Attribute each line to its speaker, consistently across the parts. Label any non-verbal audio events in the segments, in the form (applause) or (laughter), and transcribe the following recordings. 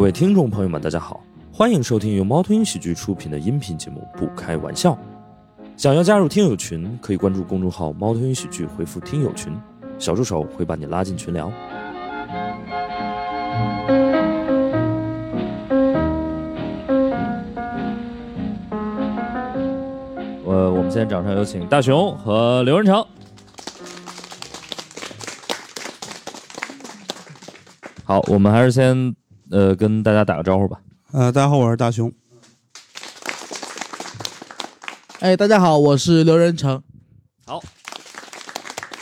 Speaker 1: 位听众朋友们，大家好，欢迎收听由猫头鹰喜剧出品的音频节目《不开玩笑》。想要加入听友群，可以关注公众号“猫头鹰喜剧”，回复“听友群”，小助手会把你拉进群聊。呃，我们现在掌声有请大熊和刘仁成。好，我们还是先呃跟大家打个招呼吧。
Speaker 2: 呃，大家好，我是大熊。
Speaker 3: 哎，大家好，我是刘仁成，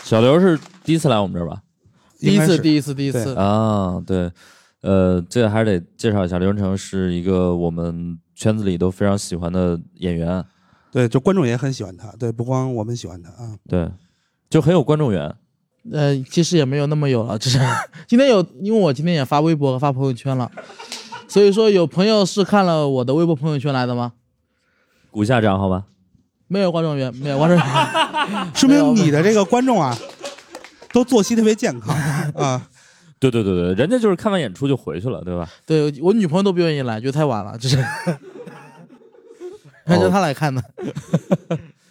Speaker 1: 小刘是第一次来我们这儿吧？
Speaker 3: 第
Speaker 2: 应
Speaker 3: 一
Speaker 2: 该
Speaker 3: 次，
Speaker 2: 是
Speaker 3: 第一次，第一
Speaker 2: 对
Speaker 3: 次，
Speaker 1: 啊，对，呃，这还得介绍一下，刘仁成是一个我们圈子里都非常喜欢的演员，
Speaker 2: 对，就观众也很喜欢他，对，不光我们喜欢他啊。
Speaker 1: 对，就很有观众缘。
Speaker 3: 呃，其实也没有那么有了，只是 (laughs) 今天有，因为我今天也发微博和发朋友圈了，所以说有朋友是看了我的微博朋友圈来的吗？
Speaker 1: 鼓一下掌好吗？
Speaker 3: 没有观众缘，没有观
Speaker 2: (laughs)
Speaker 3: 众缘，
Speaker 2: 说明你的这个观众啊，都作息特别
Speaker 1: (laughs)
Speaker 2: 健康啊。
Speaker 1: 对对对对，人家就是看完演出就回去了，对吧？
Speaker 3: 对我女朋友都不愿意来，觉得太晚了，就是，
Speaker 2: 哦
Speaker 3: 还是她来看的，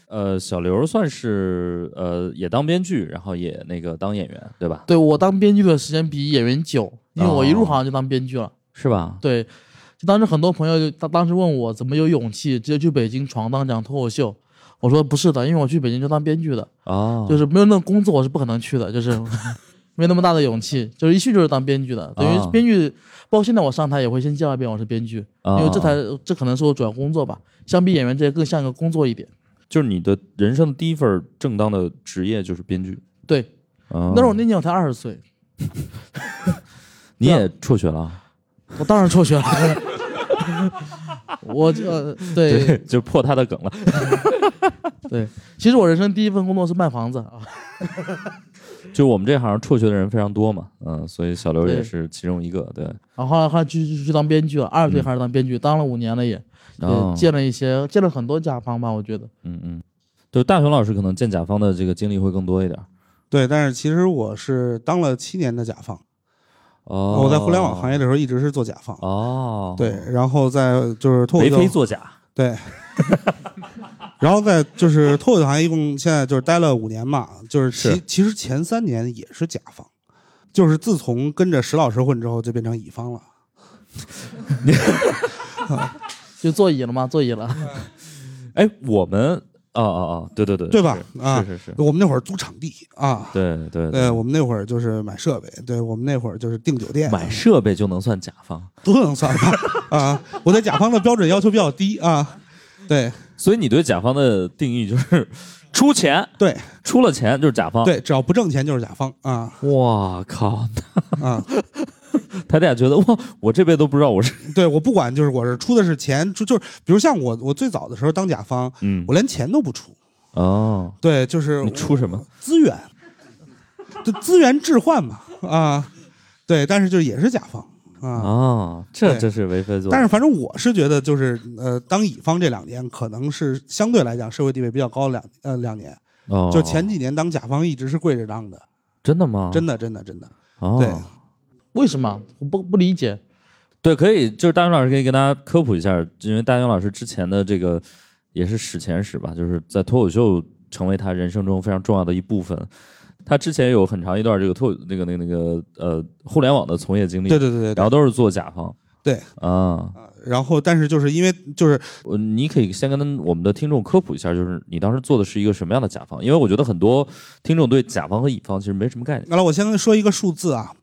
Speaker 1: 呃，小刘算是呃也当编剧，然后也那个当演员，对吧？
Speaker 3: 对我当编剧的时间比演员久，因为我一入
Speaker 1: 哦
Speaker 3: 行就当编剧了，
Speaker 1: 是吧？
Speaker 3: 对，就当时很多朋友就当当时问我怎么有勇气直接去北京闯荡讲脱口秀，我说不是的，因为我去北京就当编剧的，
Speaker 1: 哦，
Speaker 3: 就是没有那个工作我是不可能去的，就是没那么大的勇气，就是一去就是当编剧的，等
Speaker 1: 啊
Speaker 3: 于编剧，包括现在我上台也会先介绍一遍我是编剧，
Speaker 1: 因
Speaker 3: 因为这才
Speaker 1: 啊
Speaker 3: 这可能是我主要工作吧，相比演员这些更像个工作一点。
Speaker 1: 就是你的人生第一份正当的职业就是编剧。
Speaker 3: 对，
Speaker 1: 哦
Speaker 3: 但是我那年我才二十岁，
Speaker 1: 你也辍学了，
Speaker 3: 我当然辍学了。 (laughs) 我呃，对
Speaker 1: 对， (laughs) 就破他的梗了。
Speaker 3: 对，其实我人生第一份工作是卖房子啊，
Speaker 1: 就我们这行辍学的人非常多嘛，嗯，所以小刘也
Speaker 3: 对
Speaker 1: 是其中一个，对，
Speaker 3: 然后后来后来去去去当编剧了，二十岁
Speaker 1: 嗯
Speaker 3: 开始当编剧，当了五年了也，
Speaker 1: 然
Speaker 3: 对
Speaker 1: 后
Speaker 3: 见了一些见了很多甲方吧，我觉得。
Speaker 1: 嗯嗯，就大雄老师可能见甲方的这个经历会更多一点。
Speaker 2: 对，但是其实我是当了七年的甲方，
Speaker 1: 哦，
Speaker 2: 我在互联网行业的时候一直是做甲方。
Speaker 1: 哦，
Speaker 2: 对，，然后在就是脱
Speaker 1: 为
Speaker 2: 口
Speaker 1: 非
Speaker 2: 秀，
Speaker 1: 作假，
Speaker 2: 对，然后在就是脱口秀行业一共现在就是待了五年嘛，就是其
Speaker 1: 是
Speaker 2: 其实前三年也是甲方，就是自从跟着石老师混之后就变成乙方了。
Speaker 3: 就座椅了吗？座椅了，
Speaker 1: 哎，我们，哦哦哦，对对对，
Speaker 2: 对吧
Speaker 1: 是
Speaker 2: 啊
Speaker 1: 是是是，
Speaker 2: 我们那会儿租场地啊，
Speaker 1: 对对
Speaker 2: 对，我们那会儿就是买设备，对我们那会儿就是订酒店，
Speaker 1: 买设备就能算甲方，
Speaker 2: 都能算吧啊！我对甲方的标准要求比较低啊，对
Speaker 1: 所以你对甲方的定义就是出钱，
Speaker 2: 对
Speaker 1: 出了钱就是甲方。，
Speaker 2: 对，只要不挣钱就是甲方啊
Speaker 1: 哇靠，
Speaker 2: 啊！
Speaker 1: (laughs) 他俩觉得哇，我这辈子都不知道我是，
Speaker 2: 对我不管，就是我是出的是钱，就就是比如像我我最早的时候当甲方，
Speaker 1: 嗯，
Speaker 2: 我连钱都不出，
Speaker 1: 哦，
Speaker 2: 对，就是
Speaker 1: (laughs) 你出什么？
Speaker 2: 资源，就资源置换嘛啊，对，但是就也是甲方啊。
Speaker 1: 哦，这
Speaker 2: 对
Speaker 1: 真是为非作假。
Speaker 2: 但是反正我是觉得，就是呃，当乙方这两年可能是相对来讲社会地位比较高的两呃两年，
Speaker 1: 哦，
Speaker 2: 就前几年当甲方一直是跪着当的，
Speaker 1: 真的吗？
Speaker 2: 真的真的真的，
Speaker 1: 哦，
Speaker 2: 对
Speaker 3: 为什么？我不不理解。
Speaker 1: 对，可以，就是大勇老师可以跟大家科普一下，因为大勇老师之前的这个也是史前史吧，就是在脱口秀成为他人生中非常重要的一部分。他之前有很长一段这个脱那个那个那个呃互联网的从业经历，
Speaker 2: 对对对对
Speaker 1: 然
Speaker 2: 对。
Speaker 1: 后都是做甲方，
Speaker 2: 对
Speaker 1: 啊，
Speaker 2: 然后，但是就是因为就是
Speaker 1: 呃你可以先跟我们的听众科普一下，就是你当时做的是一个什么样的甲方？因为我觉得很多听众对甲方和乙方其实没什么概念。
Speaker 2: 完了，我先说一个数字啊，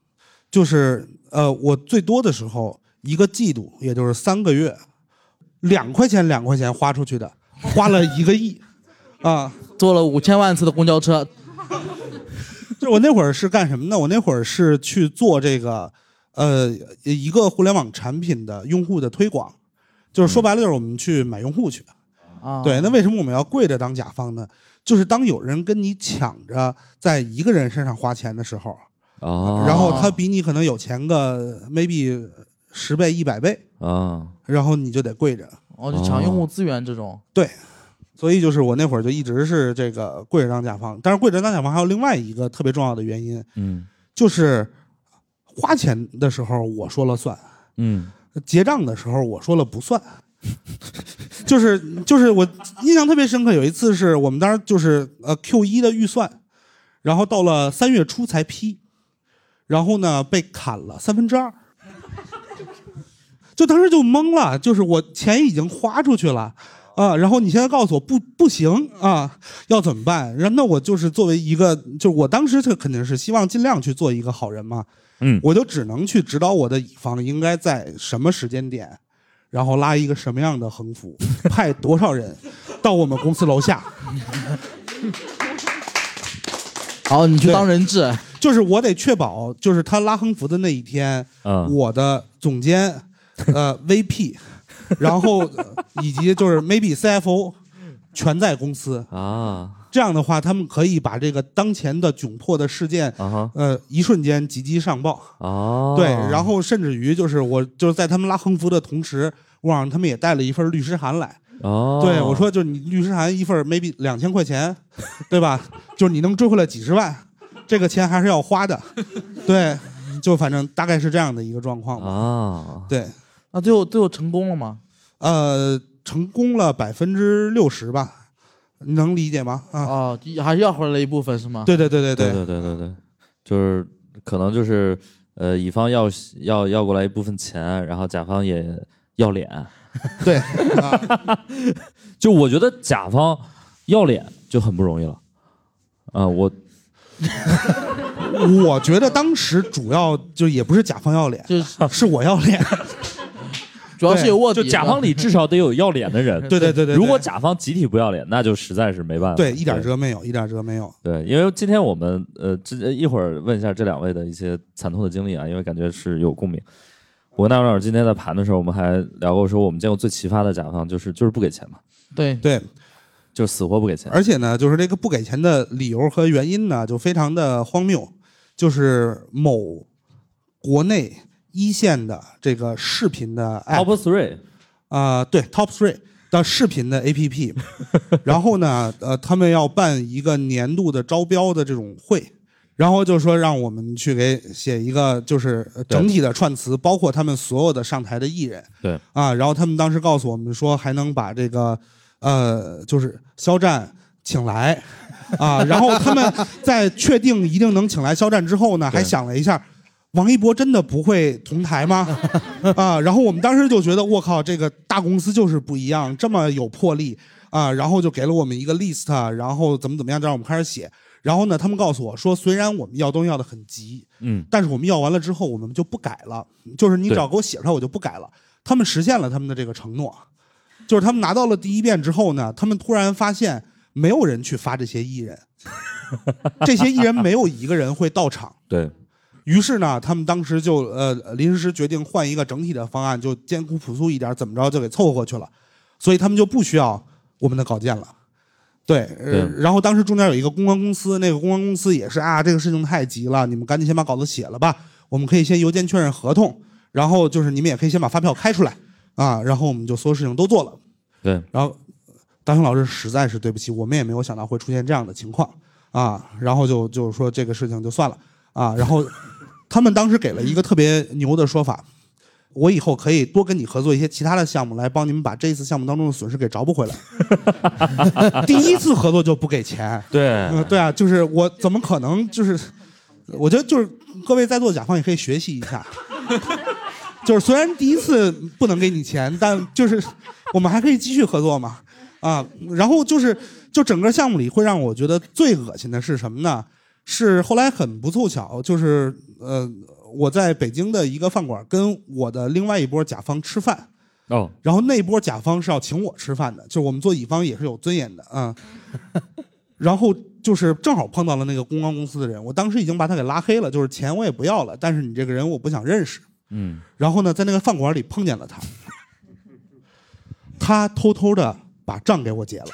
Speaker 2: 就是呃，我最多的时候一个季度，也就是三个月，两块钱两块钱花出去的，花了一个亿啊。
Speaker 3: 坐了五千万次的公交车，
Speaker 2: 就是我那会儿是干什么呢？我那会儿是去做这个呃一个互联网产品的用户的推广，就是说白了就是我们去买用户去。
Speaker 3: 啊，
Speaker 2: 对，那为什么我们要跪着当甲方呢？就是当有人跟你抢着在一个人身上花钱的时候，
Speaker 1: 哦，
Speaker 2: 然后他比你可能有钱个 maybe 十倍、一百倍，
Speaker 1: 啊，
Speaker 2: 然后你就得跪着。
Speaker 3: 哦，就抢用户资源这种，
Speaker 2: 所以就是我那会儿就一直是这个跪着当甲方，但是跪着当甲方还有另外一个特别重要的原因，
Speaker 1: 嗯，
Speaker 2: 就是花钱的时候我说了算，
Speaker 1: 嗯，
Speaker 2: 结账的时候我说了不算， (laughs) 就是就是我印象特别深刻，有一次是我们当时就是呃 Q 一的预算，然后到了三月初才批，然后呢被砍了三分之二，就当时就懵了，就是我钱已经花出去了。啊、然后你现在告诉我不不行啊，要怎么办？然后那我就是作为一个，就我当时这肯定是希望尽量去做一个好人嘛，
Speaker 1: 嗯，
Speaker 2: 我就只能去指导我的乙方应该在什么时间点，然后拉一个什么样的横幅，派多少人到我们公司楼下。
Speaker 3: 好，你去当人质，
Speaker 2: 就是我得确保，就是他拉横幅的那一天，
Speaker 1: 嗯
Speaker 2: 我的总监，呃，VP，然后呃以及就是 maybe CFO 全在公司。
Speaker 1: 啊
Speaker 2: 这样的话，他们可以把这个当前的窘迫的事件，
Speaker 1: 啊哈
Speaker 2: 呃，一瞬间集机上报。
Speaker 1: 哦，
Speaker 2: 对，然后甚至于就是我就是在他们拉横幅的同时，我让他们也带了一份律师函来。
Speaker 1: 哦，
Speaker 2: 对，我说就是你律师函一份 maybe 两千块钱，对吧？ (laughs) 就是你能追回来几十万，这个钱还是要花的。对，就反正大概是这样的一个状况吧。
Speaker 1: 啊，
Speaker 2: 对，
Speaker 3: 那最后最后成功了吗？
Speaker 2: 呃，成功了百分之六十吧，你能理解吗？啊，
Speaker 3: 哦，还是要回来了一部分是吗？
Speaker 2: 对对对对
Speaker 1: 对对对对对，就是可能就是呃，乙方要要要过来一部分钱，然后甲方也要脸，
Speaker 2: 对，
Speaker 1: (laughs) 就我觉得甲方要脸就很不容易了啊、我
Speaker 2: 我觉得当时主要就也不是甲方要脸，
Speaker 3: 就是
Speaker 1: 啊
Speaker 2: 是我要脸。
Speaker 1: (laughs)
Speaker 3: 主要是有卧底
Speaker 1: 就
Speaker 3: 的，
Speaker 1: 甲方里至少得有要脸的人，
Speaker 2: 对对对对对
Speaker 1: 如果甲方集体不要脸，那就实在是没办法。
Speaker 2: 对，一点辙没有，一点辙没有。
Speaker 1: 对，因为今天我们呃，这呃一会儿问一下这两位的一些惨痛的经历啊，因为感觉是有共鸣。我跟大壮老师今天在盘的时候，我们还聊过说，我们见过最奇葩的甲方就是就是不给钱嘛，
Speaker 3: 对，
Speaker 2: 对，
Speaker 1: 就是死活不给钱。
Speaker 2: 而且呢，就是这个不给钱的理由和原因呢，就非常的荒谬，就是某国内一线的这个视频的 app，
Speaker 1: Top three，
Speaker 2: 啊、对，Top Three 的视频的 APP，然后呢，呃，他们要办一个年度的招标的这种会。然后就说让我们去给写一个，就是呃整体的串词，包括他们所有的上台的艺人，
Speaker 1: 对
Speaker 2: 啊，然后他们当时告诉我们说，还能把这个，呃，就是肖战请来，啊，然后他们在确定一定能请来肖战之后呢，还想了一下，王一博真的不会同台吗？ (laughs) 啊，然后我们当时就觉得，我靠，这个大公司就是不一样，这么有魄力啊！然后就给了我们一个 list，然啊后怎么怎么样，就让我们开始写。然后呢，他们告诉我说，虽然我们要东西要的很急，
Speaker 1: 嗯，
Speaker 2: 但是我们要完了之后，我们就不改了，就是你只要给我写出来，我就不改了。他们实现了他们的这个承诺，就是他们拿到了第一遍之后呢，他们突然发现没有人去发这些艺人，这些艺人没有一个人会到场。
Speaker 1: 对，
Speaker 2: 于是呢，他们当时就呃临时决定换一个整体的方案，就艰苦朴素一点，怎么着就给凑合过去了。所以他们就不需要我们的稿件了。对，呃
Speaker 1: 对
Speaker 2: 然后当时中间有一个公关公司，那个公关公司也是啊，这个事情太急了，你们赶紧先把稿子写了吧，我们可以先邮件确认合同，然后就是你们也可以先把发票开出来啊，然后我们就所有事情都做了。
Speaker 1: 对，
Speaker 2: 然后大雄老师实在是对不起，我们也没有想到会出现这样的情况啊。然后就就是说这个事情就算了啊。然后他们当时给了一个特别牛的说法，我以后可以多跟你合作一些其他的项目，来帮你们把这一次项目当中的损失给找补回来。 (laughs) 第一次合作就不给钱，
Speaker 1: 对
Speaker 2: 嗯、对啊，就是我怎么可能就是，我觉得就是各位在座甲方也可以学习一下， (laughs) 就是虽然第一次不能给你钱，但就是我们还可以继续合作嘛，啊，然后就是就整个项目里会让我觉得最恶心的是什么呢？是后来很不凑巧，就是呃，我在北京的一个饭馆跟我的另外一波甲方吃饭，
Speaker 1: 哦，
Speaker 2: 然后那波甲方是要请我吃饭的，就是我们做乙方也是有尊严的啊。然后就是正好碰到了那个公关公司的人，我当时已经把他给拉黑了，就是钱我也不要了，但是你这个人我不想认识。
Speaker 1: 嗯，
Speaker 2: 然后呢，在那个饭馆里碰见了他，他偷偷的把账给我结了。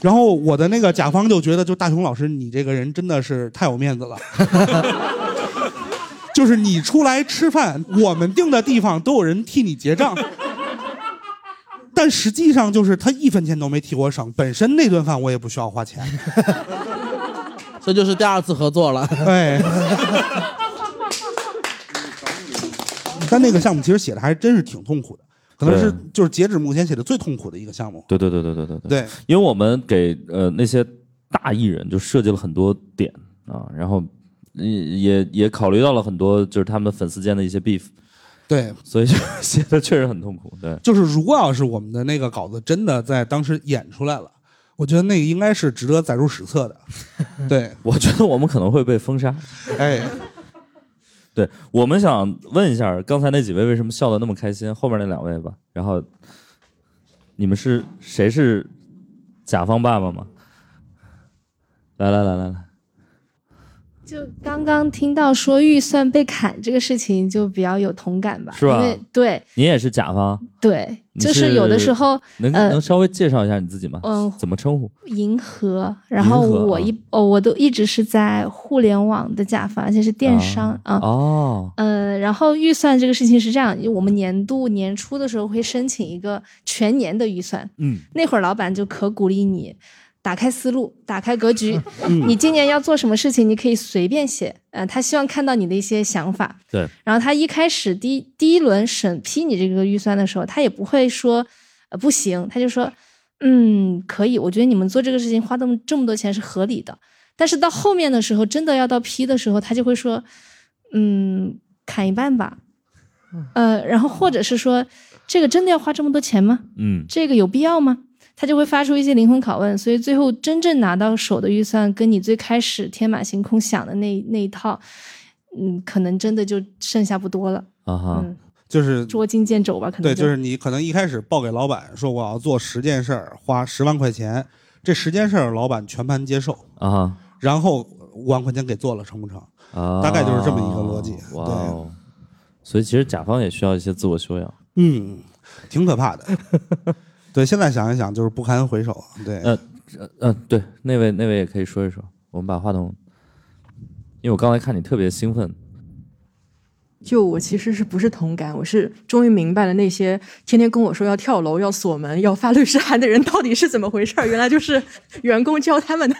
Speaker 2: 然后我的那个甲方就觉得，就大雄老师，你这个人真的是太有面子了。就是你出来吃饭，我们订的地方都有人替你结账，但实际上就是他一分钱都没替我省，本身那顿饭我也不需要花钱。哎
Speaker 3: 这就是第二次合作了。
Speaker 2: 对，但那个项目其实写的还真是挺痛苦的，可能
Speaker 1: 对
Speaker 2: 是就是截止目前写的最痛苦的一个项目。
Speaker 1: 对对对对对对
Speaker 2: 对，
Speaker 1: 因为我们给呃那些大艺人就设计了很多点啊，然后也也也考虑到了很多就是他们粉丝间的一些 beef，
Speaker 2: 对，
Speaker 1: 所以就 (laughs) 写的确实很痛苦。对，
Speaker 2: 就是如果要是我们的那个稿子真的在当时演出来了，我觉得那个应该是值得载入史册的。对，
Speaker 1: 我觉得我们可能会被封杀。
Speaker 2: 哎，
Speaker 1: 对我们想问一下，刚才那几位为什么笑得那么开心？后面那两位吧，然后你们是谁是甲方爸爸吗？来来来来来，
Speaker 4: 就刚刚听到说预算被砍这个事情，就比较有同感吧，
Speaker 1: 是吧
Speaker 4: 因为对
Speaker 1: 你也是甲方，
Speaker 4: 对，
Speaker 1: 你
Speaker 4: 就是有的时候，
Speaker 1: 能、
Speaker 4: 呃
Speaker 1: 能稍微介绍一下你自己吗？
Speaker 4: 嗯，
Speaker 1: 怎么称呼？
Speaker 4: 银河，然后
Speaker 1: 银河
Speaker 4: 我
Speaker 1: 啊
Speaker 4: 一、哦，我都一直是在互联网的甲方，而且是电商啊。
Speaker 1: 哦，
Speaker 4: 呃，然后预算这个事情是这样，我们年度年初的时候会申请一个全年的预算，
Speaker 1: 嗯，
Speaker 4: 那会儿老板就可鼓励你打开思路，打开格局，你今年要做什么事情，你可以随便写。呃，他希望看到你的一些想法。
Speaker 1: 对。
Speaker 4: 然后他一开始第一第一轮审批你这个预算的时候，他也不会说呃不行，他就说嗯可以，我觉得你们做这个事情花这么这么多钱是合理的。但是到后面的时候，真的要到批的时候，他就会说嗯砍一半吧，呃，然后或者是说这个真的要花这么多钱吗？
Speaker 1: 嗯，
Speaker 4: 这个有必要吗？他就会发出一些灵魂拷问，所以最后真正拿到手的预算，跟你最开始天马行空想的那那一套，嗯，可能真的就剩下不多了，
Speaker 1: 啊哈，
Speaker 4: 嗯，
Speaker 2: 就是
Speaker 4: 捉襟见肘吧，可能
Speaker 2: 对，就是你可能一开始报给老板说我要做十件事儿，花十万块钱，这十件事儿老板全盘接受，
Speaker 1: 啊哈，
Speaker 2: 然后五万块钱给做了，成不成？
Speaker 1: 啊，
Speaker 2: 大概就是这么一个逻辑
Speaker 1: 哇哦，所以其实甲方也需要一些自我修养。
Speaker 2: 嗯，挺
Speaker 1: (laughs)
Speaker 2: 可怕的。对，现在想一想就是不堪回首。对，
Speaker 1: 呃嗯、对，那位那位也可以说一说。我们把话筒，因为我刚才看你特别兴奋，
Speaker 5: 就我其实是不是同感，我是终于明白了那些天天跟我说要跳楼、要锁门、要发律师函的人到底是怎么回事儿，原来就是员工教他们的。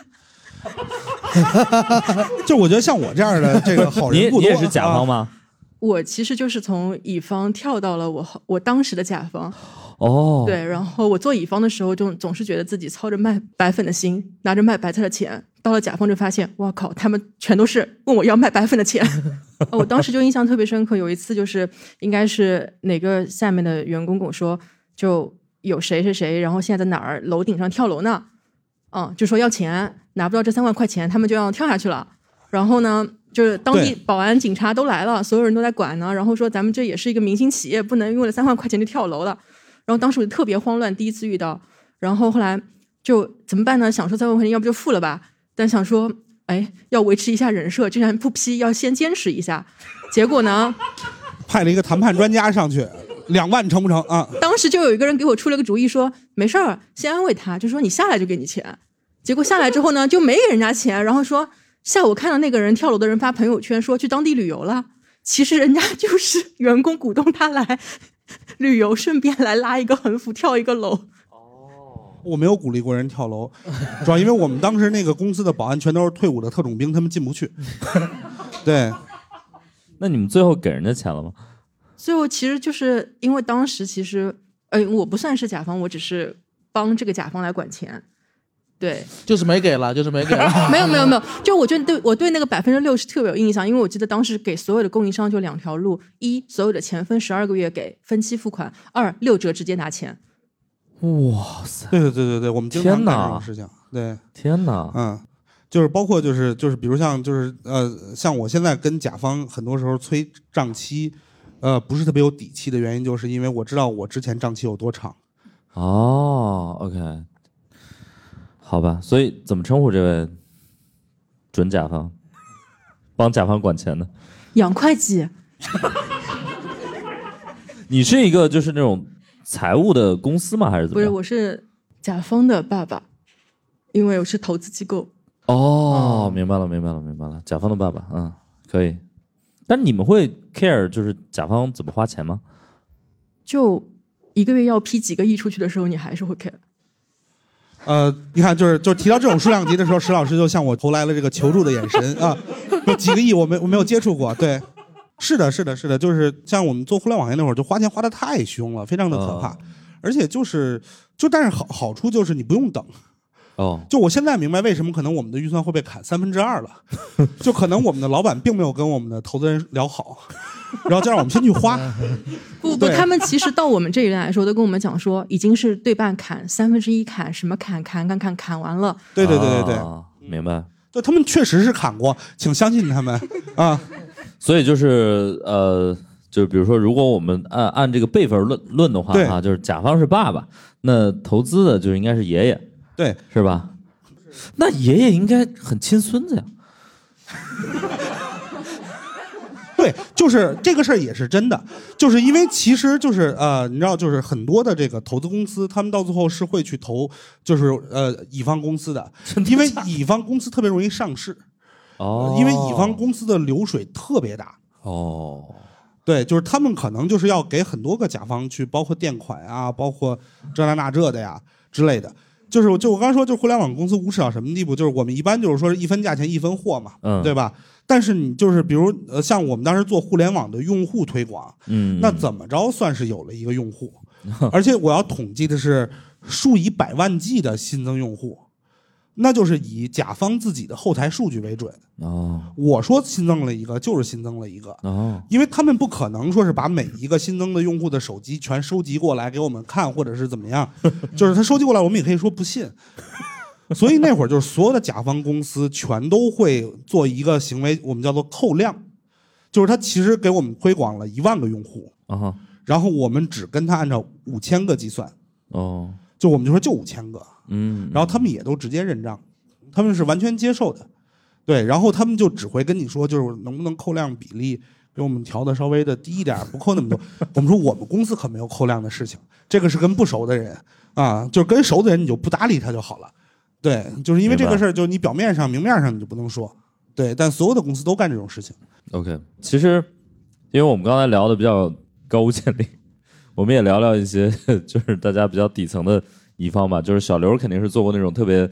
Speaker 2: 就我觉得像我这样的这个好
Speaker 1: 你也
Speaker 2: 人不
Speaker 1: 你
Speaker 2: 多。
Speaker 1: 也是甲方
Speaker 2: 啊？
Speaker 1: 吗？
Speaker 5: 我其实就是从乙方跳到了我后我当时的甲方，
Speaker 1: 哦，，
Speaker 5: 对，然后我做乙方的时候就总是觉得自己操着卖白粉的心，拿着卖白菜的钱，到了甲方就发现，哇靠，他们全都是问我要卖白粉的钱。 (laughs) 哦我当时就印象特别深刻，有一次就是应该是哪个下面的员工跟我说，就有谁谁谁，然后现在在哪儿楼顶上跳楼呢？嗯，就说要钱，拿不到这三万块钱，他们就要跳下去了。然后呢，就是当地
Speaker 2: 对
Speaker 5: 保安、警察都来了，所有人都在管呢。然后说咱们这也是一个明星企业，不能为了三万块钱就跳楼了。然后当时我就特别慌乱，第一次遇到。然后后来就怎么办呢？想说三万块钱，要不就付了吧。但想说，哎，要维持一下人设，既然不批，要先坚持一下。结果呢，
Speaker 2: 派了一个谈判专家上去，两万成不成啊？
Speaker 5: 当时就有一个人给我出了个主意说，没事儿，先安慰他，就说你下来就给你钱。结果下来之后呢，就没给人家钱，然后说下午看到那个人跳楼的人发朋友圈说去当地旅游了，其实人家就是员工鼓动他来旅游，顺便来拉一个横幅跳一个楼。
Speaker 2: 我没有鼓励过人跳楼，主要因为我们当时那个公司的保安全都是退伍的特种兵，他们进
Speaker 1: (laughs)
Speaker 2: 不去。对，
Speaker 1: 那你们最后给人家钱了吗？
Speaker 5: 最后其实就是因为当时其实，呃，我不算是甲方，我只是帮这个甲方来管钱。对，
Speaker 3: (laughs) 就是没给了，就是没给
Speaker 5: (laughs)
Speaker 3: 了。
Speaker 5: 没有没有没有，就我觉得对我对那个百分之六十特别有印象，因为我记得当时给所有的供应商就两条路：一，所有的钱分十二个月给，分期付款；二，六折直接拿钱。
Speaker 1: 哇塞，
Speaker 2: 对对对对对，我们经常
Speaker 1: 天
Speaker 2: 干
Speaker 1: 哪
Speaker 2: 这种事情。对，
Speaker 1: 天哪！
Speaker 2: 嗯，就是包括就是就是比如像就是呃，像我现在跟甲方很多时候催账期，呃，不是特别有底气的原因，就是因为我知道我之前账期有多长。
Speaker 1: 哦，OK，好吧，所以怎么称呼这位准甲方？帮甲方管钱的，
Speaker 5: 养会计，
Speaker 1: 你是一个就是那种财务的公司吗？还是怎么
Speaker 5: 不是，
Speaker 1: 样？
Speaker 5: 我是甲方的爸爸，因为我是投资机构。
Speaker 1: 哦，明白了，明白了，明白了。甲方的爸爸，嗯，可以。但你们会 care 就是甲方怎么花钱吗？
Speaker 5: 就一个月要批几个亿出去的时候，你还是会 care。
Speaker 2: 呃，你看，就是就是提到这种数量级的时候，石老师就向我投来了这个求助的眼神啊，有几个亿我没我没有接触过，对，是的，是的，是的，就是像我们做互联网业那会儿，就花钱花的太凶了，非常的可怕。而且就是就，但是好好处就是你不用等。
Speaker 1: 哦，
Speaker 2: 就我现在明白为什么可能我们的预算会被砍三分之二了，就可能我们的老板并没有跟我们的投资人聊好，然后就让我们先去花。
Speaker 5: 不不，
Speaker 2: 对
Speaker 5: 他们其实到我们这一代来说，都跟我们讲说，已经是对半砍、三分之一砍、什么砍砍砍砍砍完了。
Speaker 2: 对对对对对，
Speaker 1: 啊明白。
Speaker 2: 对他们确实是砍过，请相信他们啊。
Speaker 1: 所以就是呃，就比如说，如果我们按按这个辈分论论的话
Speaker 2: 对
Speaker 1: 啊，就是甲方是爸爸，那投资的就应该是爷爷，
Speaker 2: 对，
Speaker 1: 是吧？那爷爷应该很亲孙子呀。
Speaker 2: 对，就是这个事儿也是真的，就是因为其实就是呃，你知道，就是很多的这个投资公司，他们到最后是会去投，就是呃乙方公司的，因为乙方公司特别容易上市，
Speaker 1: 哦，
Speaker 2: 因为乙方公司的流水特别大。
Speaker 1: 哦，
Speaker 2: 对，就是他们可能就是要给很多个甲方去，包括垫款啊，包括这那那这的呀之类的。就是我就我刚才说，就互联网公司无耻到什么地步？就是我们一般就是说是一分价钱一分货嘛，
Speaker 1: 嗯
Speaker 2: 对吧？但是你就是比如呃，像我们当时做互联网的用户推广，
Speaker 1: 嗯，
Speaker 2: 那怎么着算是有了一个
Speaker 1: (laughs)
Speaker 2: 用户？而且我要统计的是数以百万计的新增用户，那就是以甲方自己的后台数据为准。
Speaker 1: 哦
Speaker 2: 我说新增了一个，就是新增了一个。
Speaker 1: 哦
Speaker 2: 因为他们不可能说是把每一个新增的用户的手机全收集过来给我们看，或者是怎么样， (laughs) 就是他收集过来，我们也可以说不信。 (laughs) 所以那会儿就是所有的甲方公司全都会做一个行为，我们叫做扣量，就是他其实给我们推广了一万个用户，
Speaker 1: 哦
Speaker 2: 然后我们只跟他按照五千个计算，
Speaker 1: 哦，
Speaker 2: 就我们就说就五千个，
Speaker 1: 嗯，
Speaker 2: 然后他们也都直接认账，他们是完全接受的，对，然后他们就只会跟你说，就是能不能扣量比例给我们调的稍微的低一点，不扣那么多。我们说我们公司可没有扣量的事情，这个是跟不熟的人啊，就是跟熟的人你就不搭理他就好了。对，就是因为这
Speaker 1: 明白
Speaker 2: 个事儿，就是你表面上、明面上你就不能说，对，但所有的公司都干这种事情。，
Speaker 1: OK，其实因为我们刚才聊的比较高屋建瓴， (laughs) 我们也聊聊一些 (laughs) 就是大家比较底层的乙方吧。就是小刘肯定是做过那种特别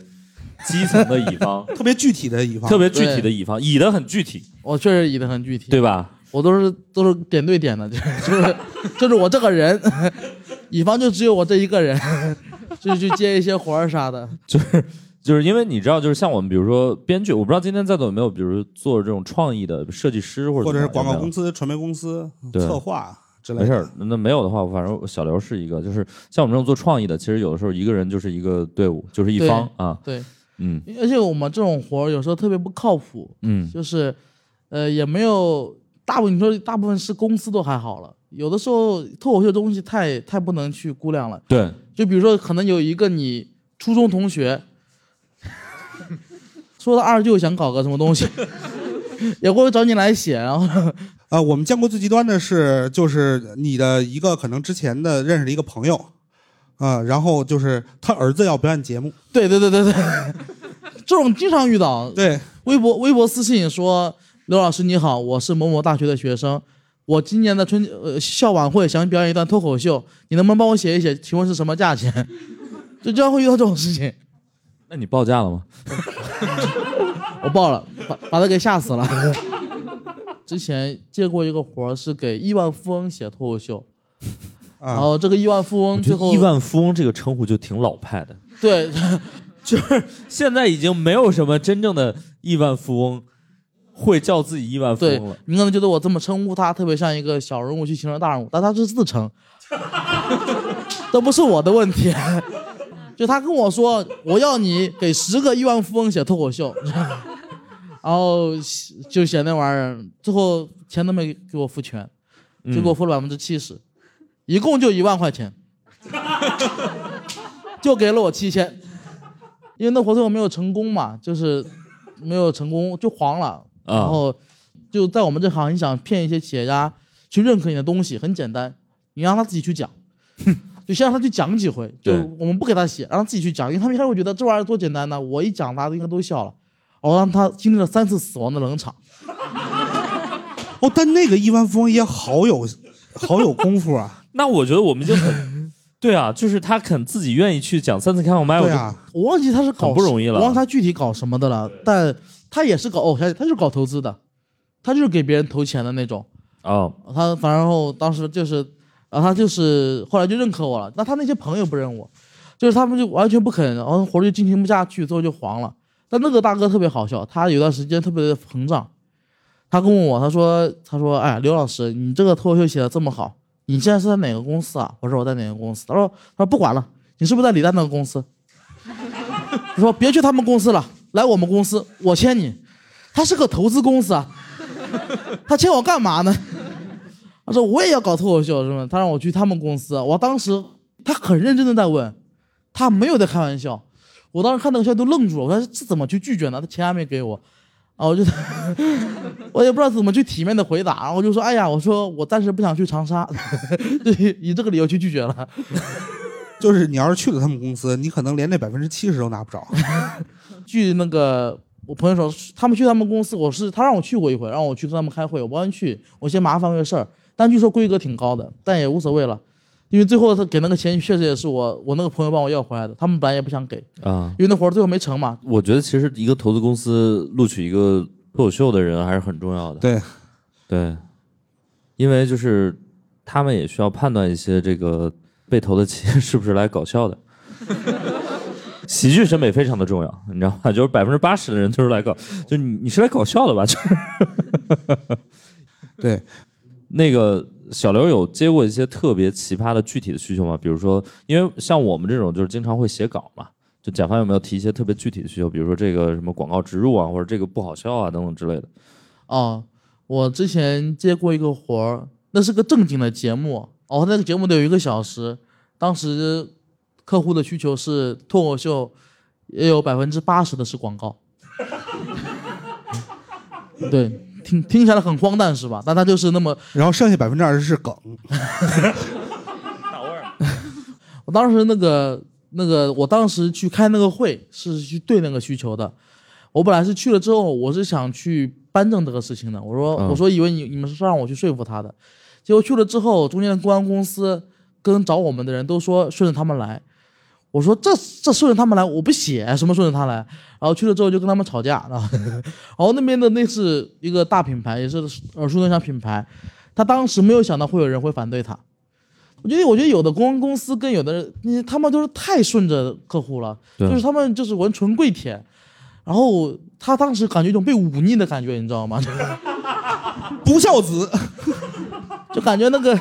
Speaker 1: 基层的乙方
Speaker 2: 特别具体的乙方，
Speaker 1: 特别具体的乙方，乙的很具体，
Speaker 3: 我确实移的很具体，
Speaker 1: 对吧？
Speaker 3: 我都是都是点对点的， (laughs) 就是就是就是我这个人， (laughs) 乙方就只有我这一个人， (laughs) 就去接一些活儿啥的。
Speaker 1: 就是就是因为你知道，就是像我们比如说编剧，我不知道今天在座有没有，比如做这种创意的设计师或者
Speaker 2: 或者是广告
Speaker 1: 司。
Speaker 2: 公司、传媒公司、
Speaker 1: 对
Speaker 2: 策划之类的。
Speaker 1: 没事儿，那没有的话，反正小刘是一个，就是像我们这种做创意的，其实有的时候一个人就是一个队伍，就是一
Speaker 3: 对
Speaker 1: 方啊，
Speaker 3: 对，
Speaker 1: 嗯
Speaker 3: 而且我们这种活儿有时候特别不靠谱，
Speaker 1: 嗯，
Speaker 3: 就是呃也没有大部分你说大部分是公司都还好了，有的时候脱口秀东西太太不能去估量了。
Speaker 1: 对，
Speaker 3: 就比如说，可能有一个你初中同学， (laughs) 说他二舅想搞个什么东西， (laughs) 也会找你来写，然后
Speaker 2: 呃，我们见过最极端的是，就是你的一个可能之前的认识的一个朋友，啊、然后就是他儿子要表演节目，
Speaker 3: 对对对对对， (laughs) 这种经常遇到。
Speaker 2: 对，
Speaker 3: 微博微博私信说：“刘老师你好，我是某某大学的学生，我今年的春呃校晚会想表演一段脱口秀，你能不能帮我写一写？请问是什么价钱？” (laughs) 就经常会遇到这种事情，
Speaker 1: 那你报价了吗？
Speaker 3: 我报了，把把他给吓死了。之前接过一个活儿是给亿万富翁写脱口秀，然
Speaker 2: 啊、
Speaker 3: 后这个亿万富
Speaker 1: 我
Speaker 3: 翁
Speaker 1: 觉
Speaker 3: 最
Speaker 1: 得
Speaker 3: 后
Speaker 1: 亿万富翁这个称呼就挺老派的，
Speaker 3: 对
Speaker 1: (laughs) 就是现在已经没有什么真正的亿万富翁会叫自己亿万富
Speaker 3: 对
Speaker 1: 翁了，，
Speaker 3: 你可能觉得我这么称呼他特别像一个小人物去形容大人物，但他是自称，这不是我的问题。就他跟我说，我要你给十个亿万富翁写脱口秀，然后写就写那玩意儿，最后钱都没给我付全，就给我付了百分之七十，一共就一万块钱，就给了我七千，因为那活动没有成功嘛，就是没有成功就黄了，
Speaker 1: 啊
Speaker 3: 然后就在我们这行，你想骗一些企业家去认可你的东西，很简单，你让他自己去讲，就先让他去讲几回，就
Speaker 1: 对
Speaker 3: 我们不给他写，让他自己去讲，因为他们一开始会觉得这玩意儿多简单呢，我一讲大家应该都笑了，我让他经历了三次死亡的冷场，
Speaker 2: 哦，但那个亿万富翁也好有好有功夫 (laughs) 啊，
Speaker 1: 那我觉得我们已经很 (laughs) 对啊，就是他肯自己愿意去讲三次开放麦，我
Speaker 2: 对
Speaker 1: 就
Speaker 2: 啊，
Speaker 3: 我忘记他是搞
Speaker 1: 很不容易了
Speaker 3: 我忘记他具体搞什么的了，但他也是搞哦，我想起他就是搞投资的，他就是给别人投钱的那种，
Speaker 1: 哦，
Speaker 3: 他反正后当时就是，然后他就是后来就认可我了。那他那些朋友不认我，就是他们就完全不肯，然后活儿就进行不下去，最后就黄了。但那个大哥特别好笑，他有段时间特别的膨胀，他跟我他说他说哎刘老师你这个脱口秀写的这么好，你现在是在哪个公司啊？我说我在哪个公司。他说他说不管了，你是不是在李诞那个公司？ (laughs) 我说别去他们公司了，来我们公司我签你。他是个投资公司啊，他签我干嘛呢？他说我也要搞脱口秀是吗？他让我去他们公司，我当时他很认真的在问，他没有在开玩笑。我当时看那个笑都愣住了，我说这怎么去拒绝呢？他钱还没给我，啊，我就 (laughs) 我也不知道怎么去体面的回答，然后我就说哎呀，我说我暂时不想去长沙， (laughs) 就以这个理由去拒绝了。
Speaker 2: (laughs) 就是你要是去了他们公司，你可能连那百分之七十都拿不着。
Speaker 3: 据那个我朋友说，他们去他们公司，我是他让我去过一回，让我去跟他们开会，我不愿意去，我嫌麻烦个事儿。但据说规格挺高的，但也无所谓了，因为最后他给那个钱确实也是我我那个朋友帮我要回来的，他们本来也不想给，
Speaker 1: 啊，
Speaker 3: 因为那活儿最后没成嘛。
Speaker 1: 我觉得其实一个投资公司录取一个脱口秀的人还是很重要的。
Speaker 2: (laughs) 对
Speaker 1: 对，因为就是他们也需要判断一些这个被投的企业 (laughs) 是不是来搞笑的。 (laughs) 喜剧审美非常的重要，你知道吧？就是百分之八十的人都是来搞，就你你是来搞笑的吧？ (laughs) 就是
Speaker 2: 对，
Speaker 1: 那个小刘有接过一些特别奇葩的具体的需求吗？比如说，因为像我们这种就是经常会写稿嘛，就甲方有没有提一些特别具体的需求？比如说这个什么广告植入啊，或者这个不好笑啊等等之类的。
Speaker 3: 哦，我之前接过一个活儿，那是个正经的节目，哦，那个节目得有一个小时。当时客户的需求是脱口秀，也有百分之八十的是广告。 (laughs) 对，听听起来很荒诞是吧？但它就是那么
Speaker 2: 然后剩下百分之二十是梗，
Speaker 3: 我当时那个那个，我当时去开那个会是去对那个需求的。我本来是去了之后，我是想去扳正这个事情的。我说、
Speaker 1: 嗯
Speaker 3: 我说以为你你们是让我去说服他的，结果去了之后，中间的公关公司跟找我们的人都说顺着他们来。我说这这顺着他们来，我不写什么顺着他来。然后去了之后就跟他们吵架，然后然后那边的那是一个大品牌，也是耳熟能详品牌，他当时没有想到会有人会反对他。我觉得，我觉得有的公关公司跟有的人，你他们都是太顺着客户了，
Speaker 1: 对
Speaker 3: 就是他们就是玩纯跪舔，然后他当时感觉一种被忤逆的感觉，你知道吗？ (laughs)
Speaker 2: 不孝子。
Speaker 3: 就感觉那个，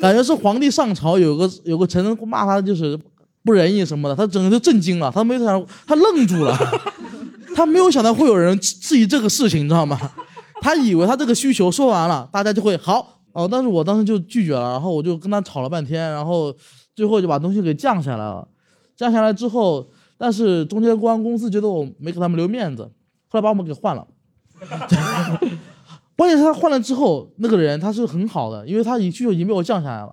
Speaker 3: 感觉是皇帝上朝，有个有个臣子骂他就是不仁义什么的，他整个就震惊了，他没想到他愣住了，他没有想到会有人质质疑这个事情，你知道吗？ (laughs) 他以为他这个需求说完了，大家就会好哦，但是我当时就拒绝了，然后我就跟他吵了半天，然后最后就把东西给降下来了。降下来之后，但是中间公关公司觉得我没给他们留面子，后来把我们给换了。 (laughs) 关键是他换了之后，那个人他是很好的，因为他已需求已经被我降下来了，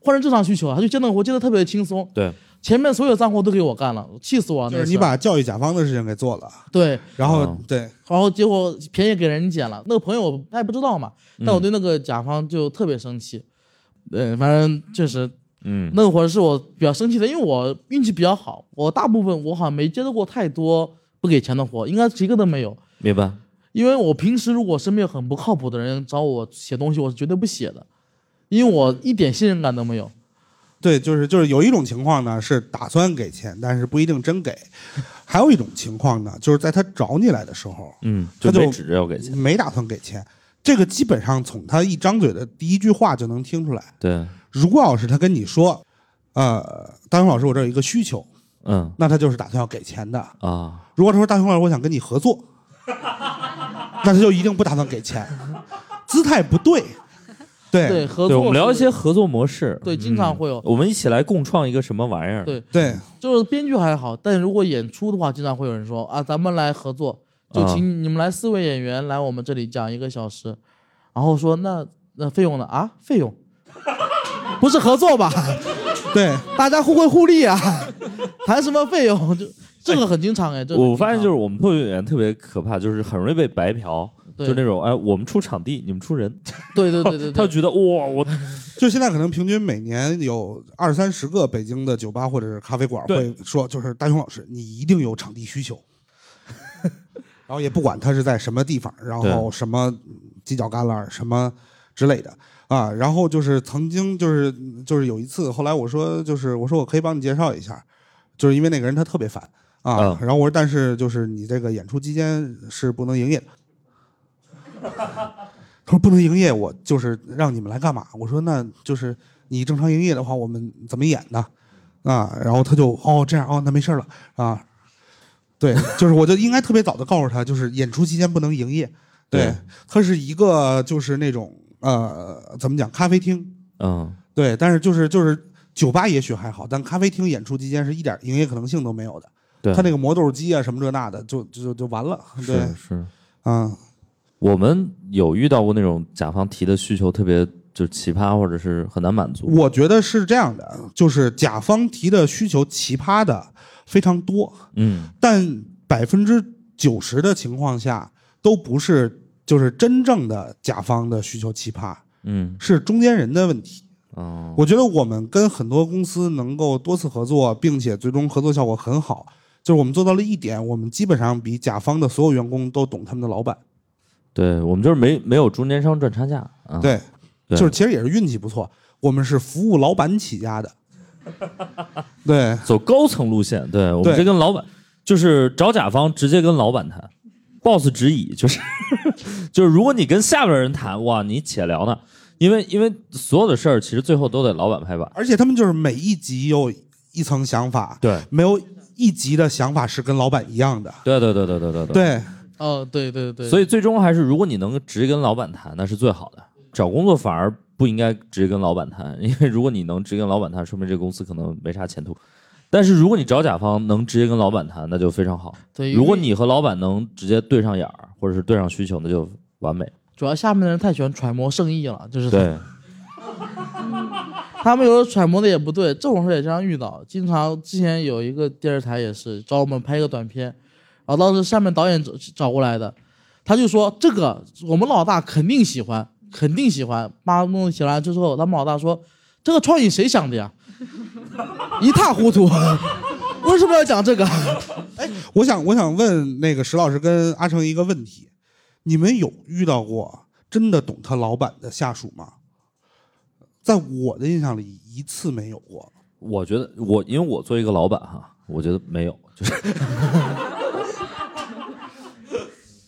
Speaker 3: 换成正常需求，他就接那个活接的特别轻松，
Speaker 1: 对，
Speaker 3: 前面所有脏活都给我干了，气死我了。
Speaker 2: 就
Speaker 3: 那
Speaker 2: 哦是
Speaker 3: 次
Speaker 2: 你把教育甲方的事情给做了，
Speaker 3: 对，
Speaker 2: 然后、
Speaker 1: 哦
Speaker 2: 对，
Speaker 3: 然后结果便宜给人捡了。那个朋友他也不知道嘛，
Speaker 1: 嗯
Speaker 3: 但我对那个甲方就特别生气。对，反正确实
Speaker 1: 嗯，
Speaker 3: 那会儿是我比较生气的，因为我运气比较好，我大部分我好像没接到过太多不给钱的活，应该一个都没有。
Speaker 1: 明白。
Speaker 3: 因为我平时如果身边有很不靠谱的人找我写东西，我是绝对不写的，因为我一点信任感都没有。
Speaker 2: 对，就是就是有一种情况呢是打算给钱，但是不一定真给；还有一种情况呢，就是在他找你来的时候
Speaker 1: 嗯，就
Speaker 2: 他就
Speaker 1: 没指着要给钱。
Speaker 2: 没打算给钱，这个基本上从他一张嘴的第一句话就能听出来。
Speaker 1: 对，
Speaker 2: 如果要是他跟你说，呃，大雄老师，我这有一个需求，
Speaker 1: 嗯
Speaker 2: 那他就是打算要给钱的；
Speaker 1: 啊，
Speaker 2: 如果他说大雄老师，我想跟你合作， (laughs) 那他就一定不打算给钱，姿态不对。
Speaker 3: 对，
Speaker 2: 对
Speaker 3: 合作
Speaker 1: 对，我们聊一
Speaker 3: 是
Speaker 1: 些合作模式。
Speaker 3: 对，经常会有。
Speaker 1: 我们一起来共创一个什么玩意儿？
Speaker 3: 对
Speaker 2: 对，
Speaker 3: 就是编剧还好，但如果演出的话，经常会有人说啊，咱们来合作，就
Speaker 1: 啊
Speaker 3: 请你们来四位演员来我们这里讲一个小时，然后说那那费用呢？啊，费用 (laughs) 不是合作吧？ (laughs)
Speaker 2: 对，
Speaker 3: 大家互惠互利啊， (laughs) 谈什么费用？就这个很经常哎，这个很
Speaker 1: 我发现
Speaker 3: 经
Speaker 1: 就是
Speaker 3: 常
Speaker 1: 我们脱口秀演员特别可怕，就是很容易被白嫖，就
Speaker 3: 对
Speaker 1: 那种哎，我们出场地，你们出人，
Speaker 3: 对对
Speaker 1: (laughs)
Speaker 3: 对对
Speaker 1: 他就
Speaker 3: 对，
Speaker 1: 觉得哇，我
Speaker 2: 就现在可能平均每年有二三十个北京的酒吧或者是咖啡馆
Speaker 1: 对
Speaker 2: 会说，就是大雄老师，你一定有场地需求。 (laughs) 然后也不管他是在什么地方，然后
Speaker 1: 对
Speaker 2: 什么犄角旮旯，什么之类的啊。然后就是曾经就是就是有一次，后来我说就是我说我可以帮你介绍一下，就是因为那个人他特别烦啊。然后我说但是就是你这个演出期间是不能营业的。他说不能营业，我就是让你们来干嘛？我说那就是你正常营业的话，我们怎么演呢？啊，然后他就哦这样哦，那没事儿了啊。对，就是我就应该特别早的告诉他，就是演出期间不能营业。对
Speaker 1: 对，
Speaker 2: 它是一个就是那种呃怎么讲咖啡厅，
Speaker 1: 嗯，
Speaker 2: 对，但是就是就是酒吧也许还好，但咖啡厅演出期间是一点营业可能性都没有的。
Speaker 1: 对，
Speaker 2: 他那个磨豆机啊什么这那的，就就就完了。对，
Speaker 1: 是是，
Speaker 2: 嗯，
Speaker 1: 我们有遇到过那种甲方提的需求特别就是奇葩，或者是很难满足。
Speaker 2: 我觉得是这样的，就是甲方提的需求奇葩的非常多，
Speaker 1: 嗯，
Speaker 2: 但百分之九十的情况下都不是就是真正的甲方的需求奇葩，
Speaker 1: 嗯，
Speaker 2: 是中间人的问题。
Speaker 1: 哦，
Speaker 2: 我觉得我们跟很多公司能够多次合作，并且最终合作效果很好，就是我们做到了一点，我们基本上比甲方的所有员工都懂他们的老板。
Speaker 1: 对我们就是没没有中间商赚差价啊。
Speaker 2: 对，
Speaker 1: 对
Speaker 2: 就是其实也是运气不错，我们是服务老板起
Speaker 1: (laughs)
Speaker 2: 家的。对，
Speaker 1: 走高层路线，对我们
Speaker 2: 对
Speaker 1: 直接跟老板，就是找甲方直接跟老板谈，boss 直乙，就是 (laughs) 就是，如果你跟下边人谈，哇，你且聊呢，因为因为所有的事儿其实最后都得老板拍板，
Speaker 2: 而且他们就是每一集有一层想法，
Speaker 1: 对
Speaker 2: 没有一集的想法是跟老板一样的。
Speaker 1: 对对对对对对对，
Speaker 2: 对，
Speaker 3: 哦，对对对，
Speaker 1: 所
Speaker 3: 以
Speaker 1: 以最终还是如果你能直接跟老板谈，那是最好的。找工作反而不应该直接跟老板谈，因为如果你能直接跟老板谈，说明这个公司可能没啥前途。但是如果你找甲方能直接跟老板谈，那就非常好。
Speaker 3: 对，
Speaker 1: 如果
Speaker 3: 因为
Speaker 1: 你和老板能直接对上眼儿，或者是对上需求，那就完美。
Speaker 3: 主要下面的人太喜欢揣摩圣意了，就是
Speaker 1: 对，
Speaker 3: 他们有时候揣摩的也不对，这种事也经常遇到。经常之前有一个电视台也是找我们拍一个短片，然后当时下面导演找找过来的，他就说这个我们老大肯定喜欢，肯定喜欢。妈弄起来之后，他们老大说这个创意谁想的呀？ (laughs) 一塌糊涂， (laughs) 为什么要讲这个？
Speaker 2: 我想我想问那个石老师跟阿成一个问题：你们有遇到过真的懂他老板的下属吗？在我的印象里，一次没有过。
Speaker 1: (laughs) 我觉得我因为我作为一个老板哈，我觉得没有，就是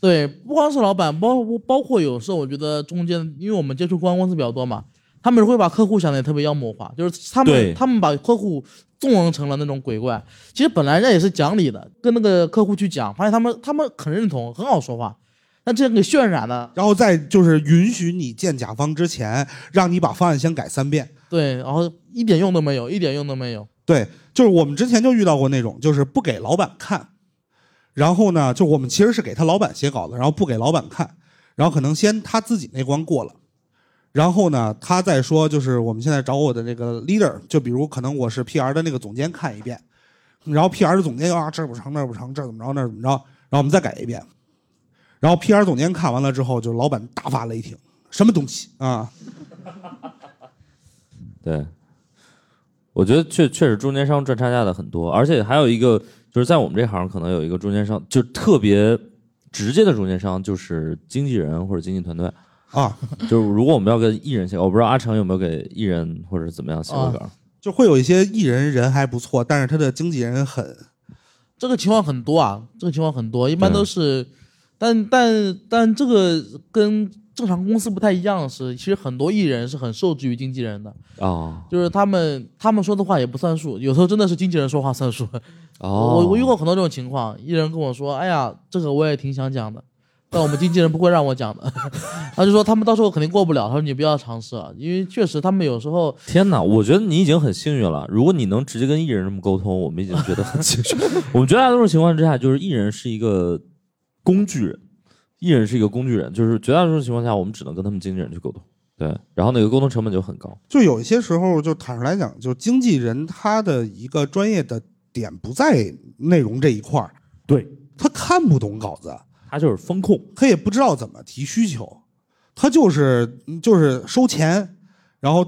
Speaker 3: 对，不光是老板，包包括有时候我觉得中间，因为我们接触公关公司比较多嘛，他们会把客户想的也特别妖魔化，就是他
Speaker 1: 对
Speaker 3: 们他们把客户纵容成了那种鬼怪。其实本来人家也是讲理的，跟那个客户去讲，发现他们他们很认同，很好说话，但这样给渲染了。
Speaker 2: 然后在就是允许你见甲方之前，让你把方案先改三遍。
Speaker 3: 对，然后一点用都没有，一点用都没有。
Speaker 2: 对，就是我们之前就遇到过那种，就是不给老板看，然后呢，就我们其实是给他老板写稿子，然后不给老板看，然后可能先他自己那关过了，然后呢，他再说就是我们现在找我的那个 leader，就比如可能我是 PR 的那个总监看一遍，然后 PR 的总监又啊这儿不成那儿不成这儿怎么着那儿怎么着，然后我们再改一遍，然后 PR 总监看完了之后，就老板大发雷霆，什么东西啊？
Speaker 1: (laughs) 对。我觉得确确实中间商赚差价的很多，而且还有一个就是在我们这行可能有一个中间商，就特别直接的中间商就是经纪人或者经纪团队。
Speaker 2: 啊，
Speaker 1: 就是如果我们要跟艺人写，我不知道阿成有没有给艺人或者是怎么样写过稿。
Speaker 2: 就会有一些艺人人还不错，但是他的经纪人很
Speaker 3: 这个情况很多啊，这个情况很多，一般都是，但但但这个跟正常公司不太一样是，其实很多艺人是很受制于经纪人的。
Speaker 1: 哦
Speaker 3: 就是他们他们说的话也不算数，有时候真的是经纪人说话算数。 (laughs)
Speaker 1: 哦，
Speaker 3: 我我遇过很多这种情况，艺人跟我说：“哎呀，这个我也挺想讲的，但我们经纪人不会让我讲的。”他就说他们到时候肯定过不了，他说你不要尝试了，因为确实他们有时候
Speaker 1: 天哪，我觉得你已经很幸运了。如果你能直接跟艺人这么沟通，我们已经觉得很幸运。 (laughs) 我们绝大多数情况之下，就是艺人是一个工具人，艺人是一个工具人，就是绝大多数情况下，我们只能跟他们经纪人去沟通。对，然后那个沟通成本就很高。
Speaker 2: 就有一些时候，就坦率来讲，就经纪人他的一个专业的点不在内容这一块儿，
Speaker 1: 对
Speaker 2: 他看不懂稿子，
Speaker 1: 他就是风控，
Speaker 2: 他也不知道怎么提需求，他就是就是收钱，然后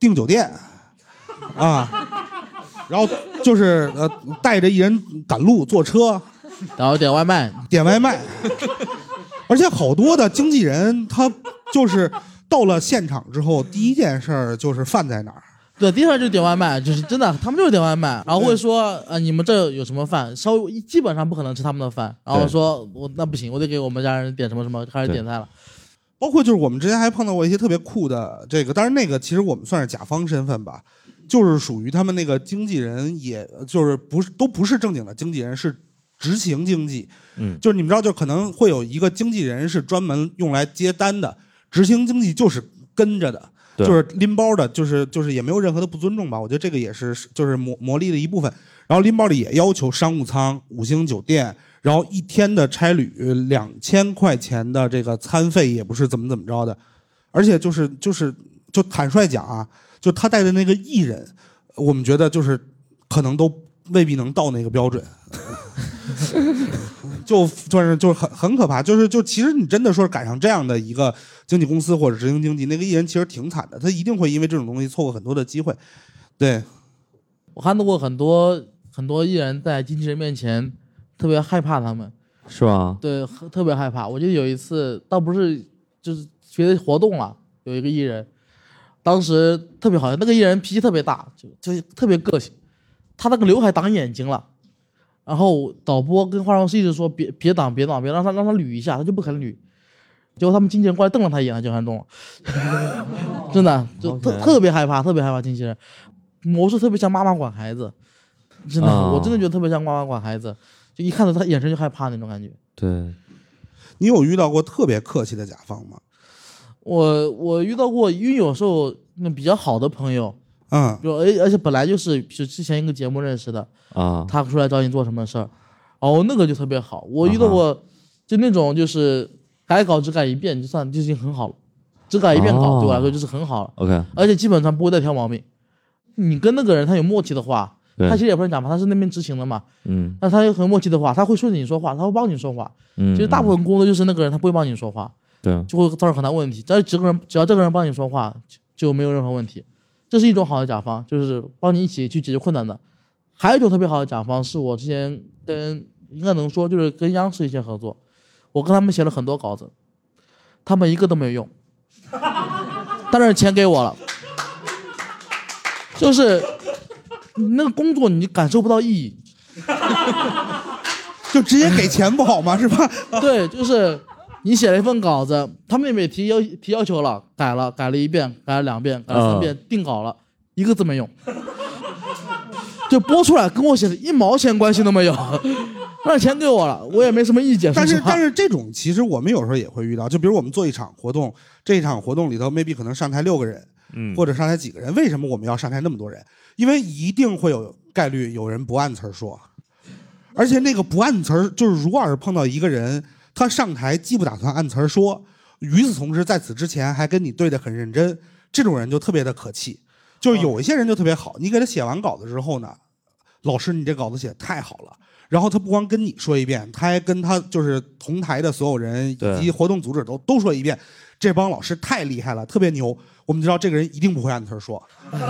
Speaker 2: 订酒店，啊，然后就是呃带着艺人赶路坐车
Speaker 3: 然后点外卖，
Speaker 2: 点外卖，而且好多的经纪人他就是到了现场之后，第一件事儿就是饭在哪儿。
Speaker 3: 对，第一上就是点外卖，就是真的，他们就是点外卖，然后会说，呃，你们这有什么饭？稍微基本上不可能吃他们的饭，然后
Speaker 1: 对
Speaker 3: 说我那不行，我得给我们家人点什么什么，开始
Speaker 1: 对
Speaker 3: 点菜了。
Speaker 2: 包括就是我们之前还碰到过一些特别酷的这个，当然那个其实我们算是甲方身份吧，就是属于他们那个经纪人也，就是不是都不是正经的经纪人，是执行经纪。
Speaker 1: 嗯
Speaker 2: 就是你们知道，就可能会有一个经纪人是专门用来接单的，执行经纪就是跟着的。
Speaker 1: 对
Speaker 2: 就是拎包的，就是就是也没有任何的不尊重吧，我觉得这个也是就是磨磨砺的一部分。然后拎包里也要求商务舱、五星酒店，然后一天的差旅两千块钱的这个餐费也不是怎么怎么着的，而且就是就是就坦率讲啊，就他带的那个艺人，我们觉得就是可能都未必能到那个标准， (laughs) 就就是就是很很可怕，就是就其实你真的说赶上这样的一个经纪公司或者执行经纪，那个艺人其实挺惨的，他一定会因为这种东西错过很多的机会，对。
Speaker 3: 我看到过很多很多艺人在经纪人面前特别害怕他们，
Speaker 1: 是吧？
Speaker 3: 对，很特别害怕。我记得有一次，倒不是就是别的活动了，啊有一个艺人，当时特别好笑，那个艺人脾气特别大，就就特别个性，他那个刘海挡眼睛了。然后导播跟化妆师一直说别别挡别挡别让他让他捋一下，他就不肯捋。结果他们经纪人过来瞪了他一眼，他就看中了， (laughs) 真的就特
Speaker 1: OK
Speaker 3: 特别害怕，特别害怕经纪人。模式特别像妈妈管孩子，真的，
Speaker 1: 啊
Speaker 3: 我真的觉得特别像妈妈管孩子，就一看到他眼神就害怕那种感觉。
Speaker 1: 对，
Speaker 2: 你有遇到过特别客气的甲方吗？
Speaker 3: 我我遇到过，因为有时候那比较好的朋友，
Speaker 2: 嗯，
Speaker 3: 就而而且本来就是就之前一个节目认识的，
Speaker 1: 啊，
Speaker 3: 他出来找你做什么事儿，哦，那个就特别好。我
Speaker 1: 啊
Speaker 3: 遇到过，就那种就是改稿只改一遍就算就已经很好了，只改一遍稿
Speaker 1: 哦
Speaker 3: 对我来说就是很好了，
Speaker 1: OK，
Speaker 3: 而且基本上不会再挑毛病。你跟那个人他有默契的话，
Speaker 1: 对
Speaker 3: 他其实也不能讲嘛，他是那边执行的嘛，
Speaker 1: 嗯
Speaker 3: 那他有很默契的话，他会顺着你说话，他会帮你说话。
Speaker 1: 嗯，
Speaker 3: 其实大部
Speaker 1: 分
Speaker 3: 分工作就是那个人他不会帮你说话，
Speaker 1: 对
Speaker 3: 就会造成很大问题。但是这个人只要这个人帮你说话，就就没有任何问题。这是一种好的甲方，就是帮你一起去解决困难的。还有一种特别好的甲方，是我之前跟应该能说就是跟央视一些合作，我跟他们写了很多稿子，他们一个都没有用，但是钱给我了，就是那个工作你感受不到意义，
Speaker 2: 就直接给钱不好吗？是吧？
Speaker 3: (laughs) 对，就是你写了一份稿子，他妹妹提要提要求了，改了，改了一遍，改了两遍，改了三遍，定稿 (laughs) 了，一个字没用，就播出来跟我写的一毛钱关系都没 (laughs) 有，让钱给我了，我也没什么意见。
Speaker 2: 但
Speaker 3: 说
Speaker 2: 是
Speaker 3: 实话
Speaker 2: 但是这种其实我们有时候也会遇到，就比如我们做一场活动，这一场活动里头 maybe 可能上台六个人，
Speaker 1: 嗯
Speaker 2: 或者上台几个人，为什么我们要上台那么多人？因为一定会有概率有人不按词儿说，而且那个不按词儿，就是如果要是碰到一个人，他上台既不打算按词儿说，与此同时在此之前还跟你对得很认真，这种人就特别的可气。就是有一些人就特别好，你给他写完稿子之后呢，老师你这稿子写得太好了。然后他不光跟你说一遍，他还跟他就是同台的所有人以
Speaker 1: 对
Speaker 2: 及活动组织都都说一遍，这帮老师太厉害了，特别牛。我们知道这个人一定不会按词儿说， (laughs)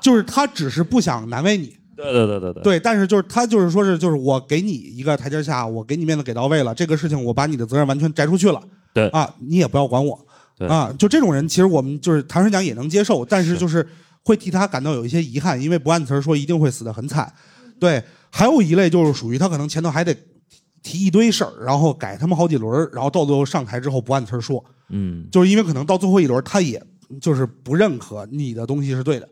Speaker 2: 就是他只是不想难为你，
Speaker 1: 对对对对对，
Speaker 2: 对，但是就是他就是说是就是我给你一个台阶下，我给你面子给到位了，这个事情我把你的责任完全摘出去了，
Speaker 1: 对
Speaker 2: 啊，你也不要管我，
Speaker 1: 对
Speaker 2: 啊，就这种人其实我们就是坦率讲也能接受，但是
Speaker 1: 是
Speaker 2: 就是会替他感到有一些遗憾，因为不按词儿说一定会死得很惨，对，还有一类就是属于他可能前头还得提一堆事儿，然后改他们好几轮儿，然后到最后上台之后不按词儿说，
Speaker 1: 嗯，
Speaker 2: 就是因为可能到最后一轮，他也就是不认可你的东西是对的，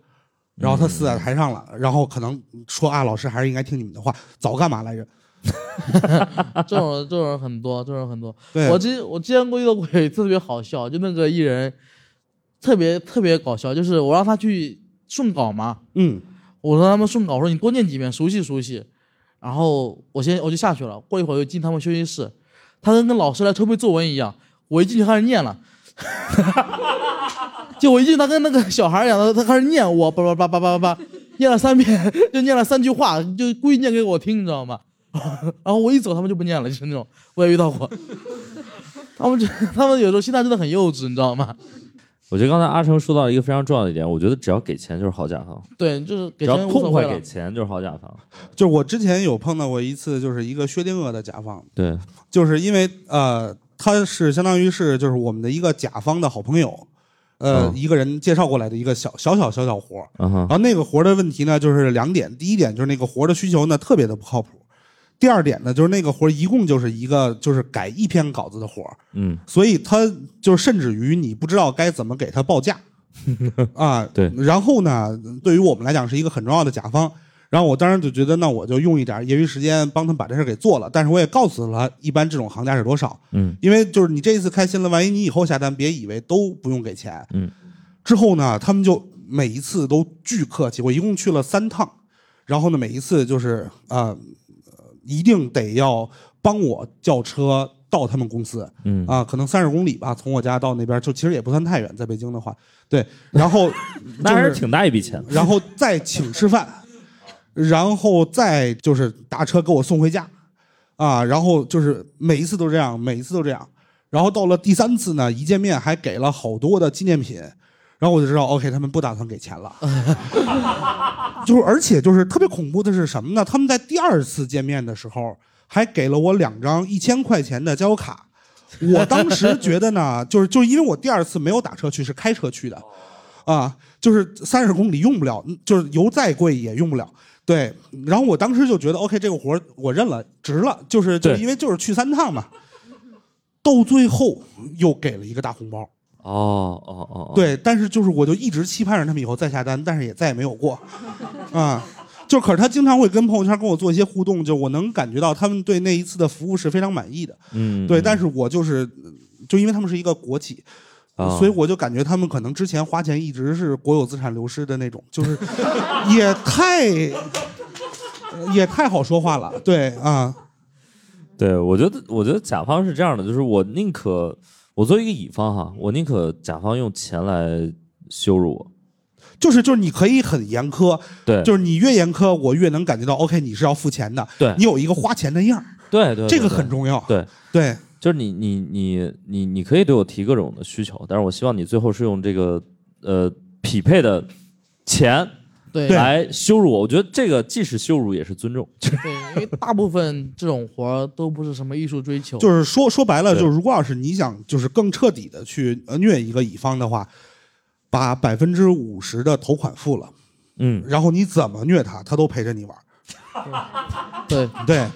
Speaker 2: 然后他死在台上了，然后可能说啊，老师还是应该听你们的话，早干嘛来着？
Speaker 3: 这种这种人很多，这种人很多。
Speaker 2: 对，
Speaker 3: 我之我之前遇到过有一次特别好笑，就那个艺人特别特别搞笑，就是我让他去顺稿嘛，
Speaker 2: 嗯，
Speaker 3: 我说他们顺稿，我说你多念几遍，熟悉熟悉。然后我先我就下去了，过一会儿就进他们休息室，他跟跟老师来抽背作文一样，我一进去开始念了， (laughs) 就我一进去他跟那个小孩一样，他他开始念我叭叭叭叭叭叭叭，念了三遍，就念了三句话，就故意念给我听，你知道吗？ (laughs) 然后我一走，他们就不念了，就是那种，我也遇到过。 (laughs) 他们就他们有时候心态真的很幼稚，你知道吗？
Speaker 1: 我觉得刚才阿成说到一个非常重要的一点，我觉得只要给钱就是好甲方，
Speaker 3: 对，就是
Speaker 1: 只
Speaker 3: 给
Speaker 1: 要
Speaker 3: 钱无
Speaker 1: 痛
Speaker 3: 所
Speaker 1: 快
Speaker 3: 谓
Speaker 1: 给
Speaker 3: 了。
Speaker 1: 钱就是好甲方，
Speaker 2: 就是我之前有碰到过一次，就是一个薛定谔的甲方，
Speaker 1: 对，
Speaker 2: 就是因为呃，他是相当于是就是我们的一个甲方的好朋友，呃，
Speaker 1: 嗯
Speaker 2: 一个人介绍过来的一个小小小小小活儿。
Speaker 1: 嗯
Speaker 2: 然后那个活儿的问题呢，就是两点，第一点就是那个活儿的需求呢特别的不靠谱，第二点呢就是那个活儿一共就是一个就是改一篇稿子的活儿，
Speaker 1: 嗯
Speaker 2: 所以他就甚至于你不知道该怎么给他报价啊。
Speaker 1: 对
Speaker 2: 然后呢，对于我们来讲是一个很重要的甲方。然后我当时就觉得，那我就用一点业余时间帮他们把这事儿给做了。但是我也告诉了他，一般这种行价是多少，
Speaker 1: 嗯
Speaker 2: 因为就是你这一次开心了，万一你以后下单，别以为都不用给钱。
Speaker 1: 嗯，
Speaker 2: 之后呢，他们就每一次都巨客气，我一共去了三趟，然后呢，每一次就是啊、呃一定得要帮我叫车到他们公司，
Speaker 1: 嗯
Speaker 2: 啊、可能三十公里吧，从我家到那边，就其实也不算太远，在北京的话，对，
Speaker 1: (laughs)
Speaker 2: 然后
Speaker 1: 那还
Speaker 2: 就是
Speaker 1: 挺大一笔钱的。
Speaker 2: 然后再请吃饭，然后再就是打车给我送回家，啊，然后就是每一次都这样，每一次都这样。然后到了第三次呢，一见面还给了好多的纪念品，然后我就知道，OK，他们不打算给钱了。就是而且就是特别恐怖的是什么呢？他们在第二次见面的时候还给了我两张一千块钱的交友卡。我当时觉得呢，就是就是因为我第二次没有打车去，是开车去的，啊，就是三十公里用不了，嗯就是油再贵也用不了。对，然后我当时就觉得，OK，这个活儿我认了，值了，就是就是
Speaker 1: 对
Speaker 2: 因为就是去三趟嘛。到最后又给了一个大红包，
Speaker 1: 哦哦哦，哦，
Speaker 2: 对，但是就是我就一直期盼着他们以后再下单，但是也再也没有过， (laughs) 啊、就可是他经常会跟朋友圈跟我做一些互动，就我能感觉到他们对那一次的服务是非常满意的，
Speaker 1: 嗯，
Speaker 2: 对，
Speaker 1: 嗯
Speaker 2: 但是我就是就因为他们是一个国企。
Speaker 1: 啊
Speaker 2: 所以我就感觉他们可能之前花钱一直是国有资产流失的那种，就是 (laughs) 也太也太好说话了，对啊，
Speaker 1: 对，我觉得，我觉得甲方是这样的，就是我宁可我作为一个乙方哈，我宁可甲方用钱来羞辱我。
Speaker 2: 就是就是你可以很严苛，
Speaker 1: 对，
Speaker 2: 就是你越严苛，我越能感觉到 OK 你是要付钱的，
Speaker 1: 对
Speaker 2: 你有一个花钱的样儿，
Speaker 1: 对对，
Speaker 2: 这个
Speaker 1: 对
Speaker 2: 很重要。
Speaker 1: 对，
Speaker 2: 对
Speaker 1: 就是你你你你你可以对我提各种的需求，但是我希望你最后是用这个呃匹配的钱
Speaker 3: 对
Speaker 2: 对
Speaker 1: 来羞辱我。我觉得这个既是羞辱也是尊重。
Speaker 3: 对，因为大部分这种活儿都不是什么艺术追求，
Speaker 2: 就是说说白了，
Speaker 1: 对
Speaker 2: 就是如果要是你想就是更彻底的去呃虐一个乙方的话，把百分之五十的头款付了，
Speaker 1: 嗯，
Speaker 2: 然后你怎么虐他，他都陪着你玩儿。
Speaker 3: 对
Speaker 2: 对，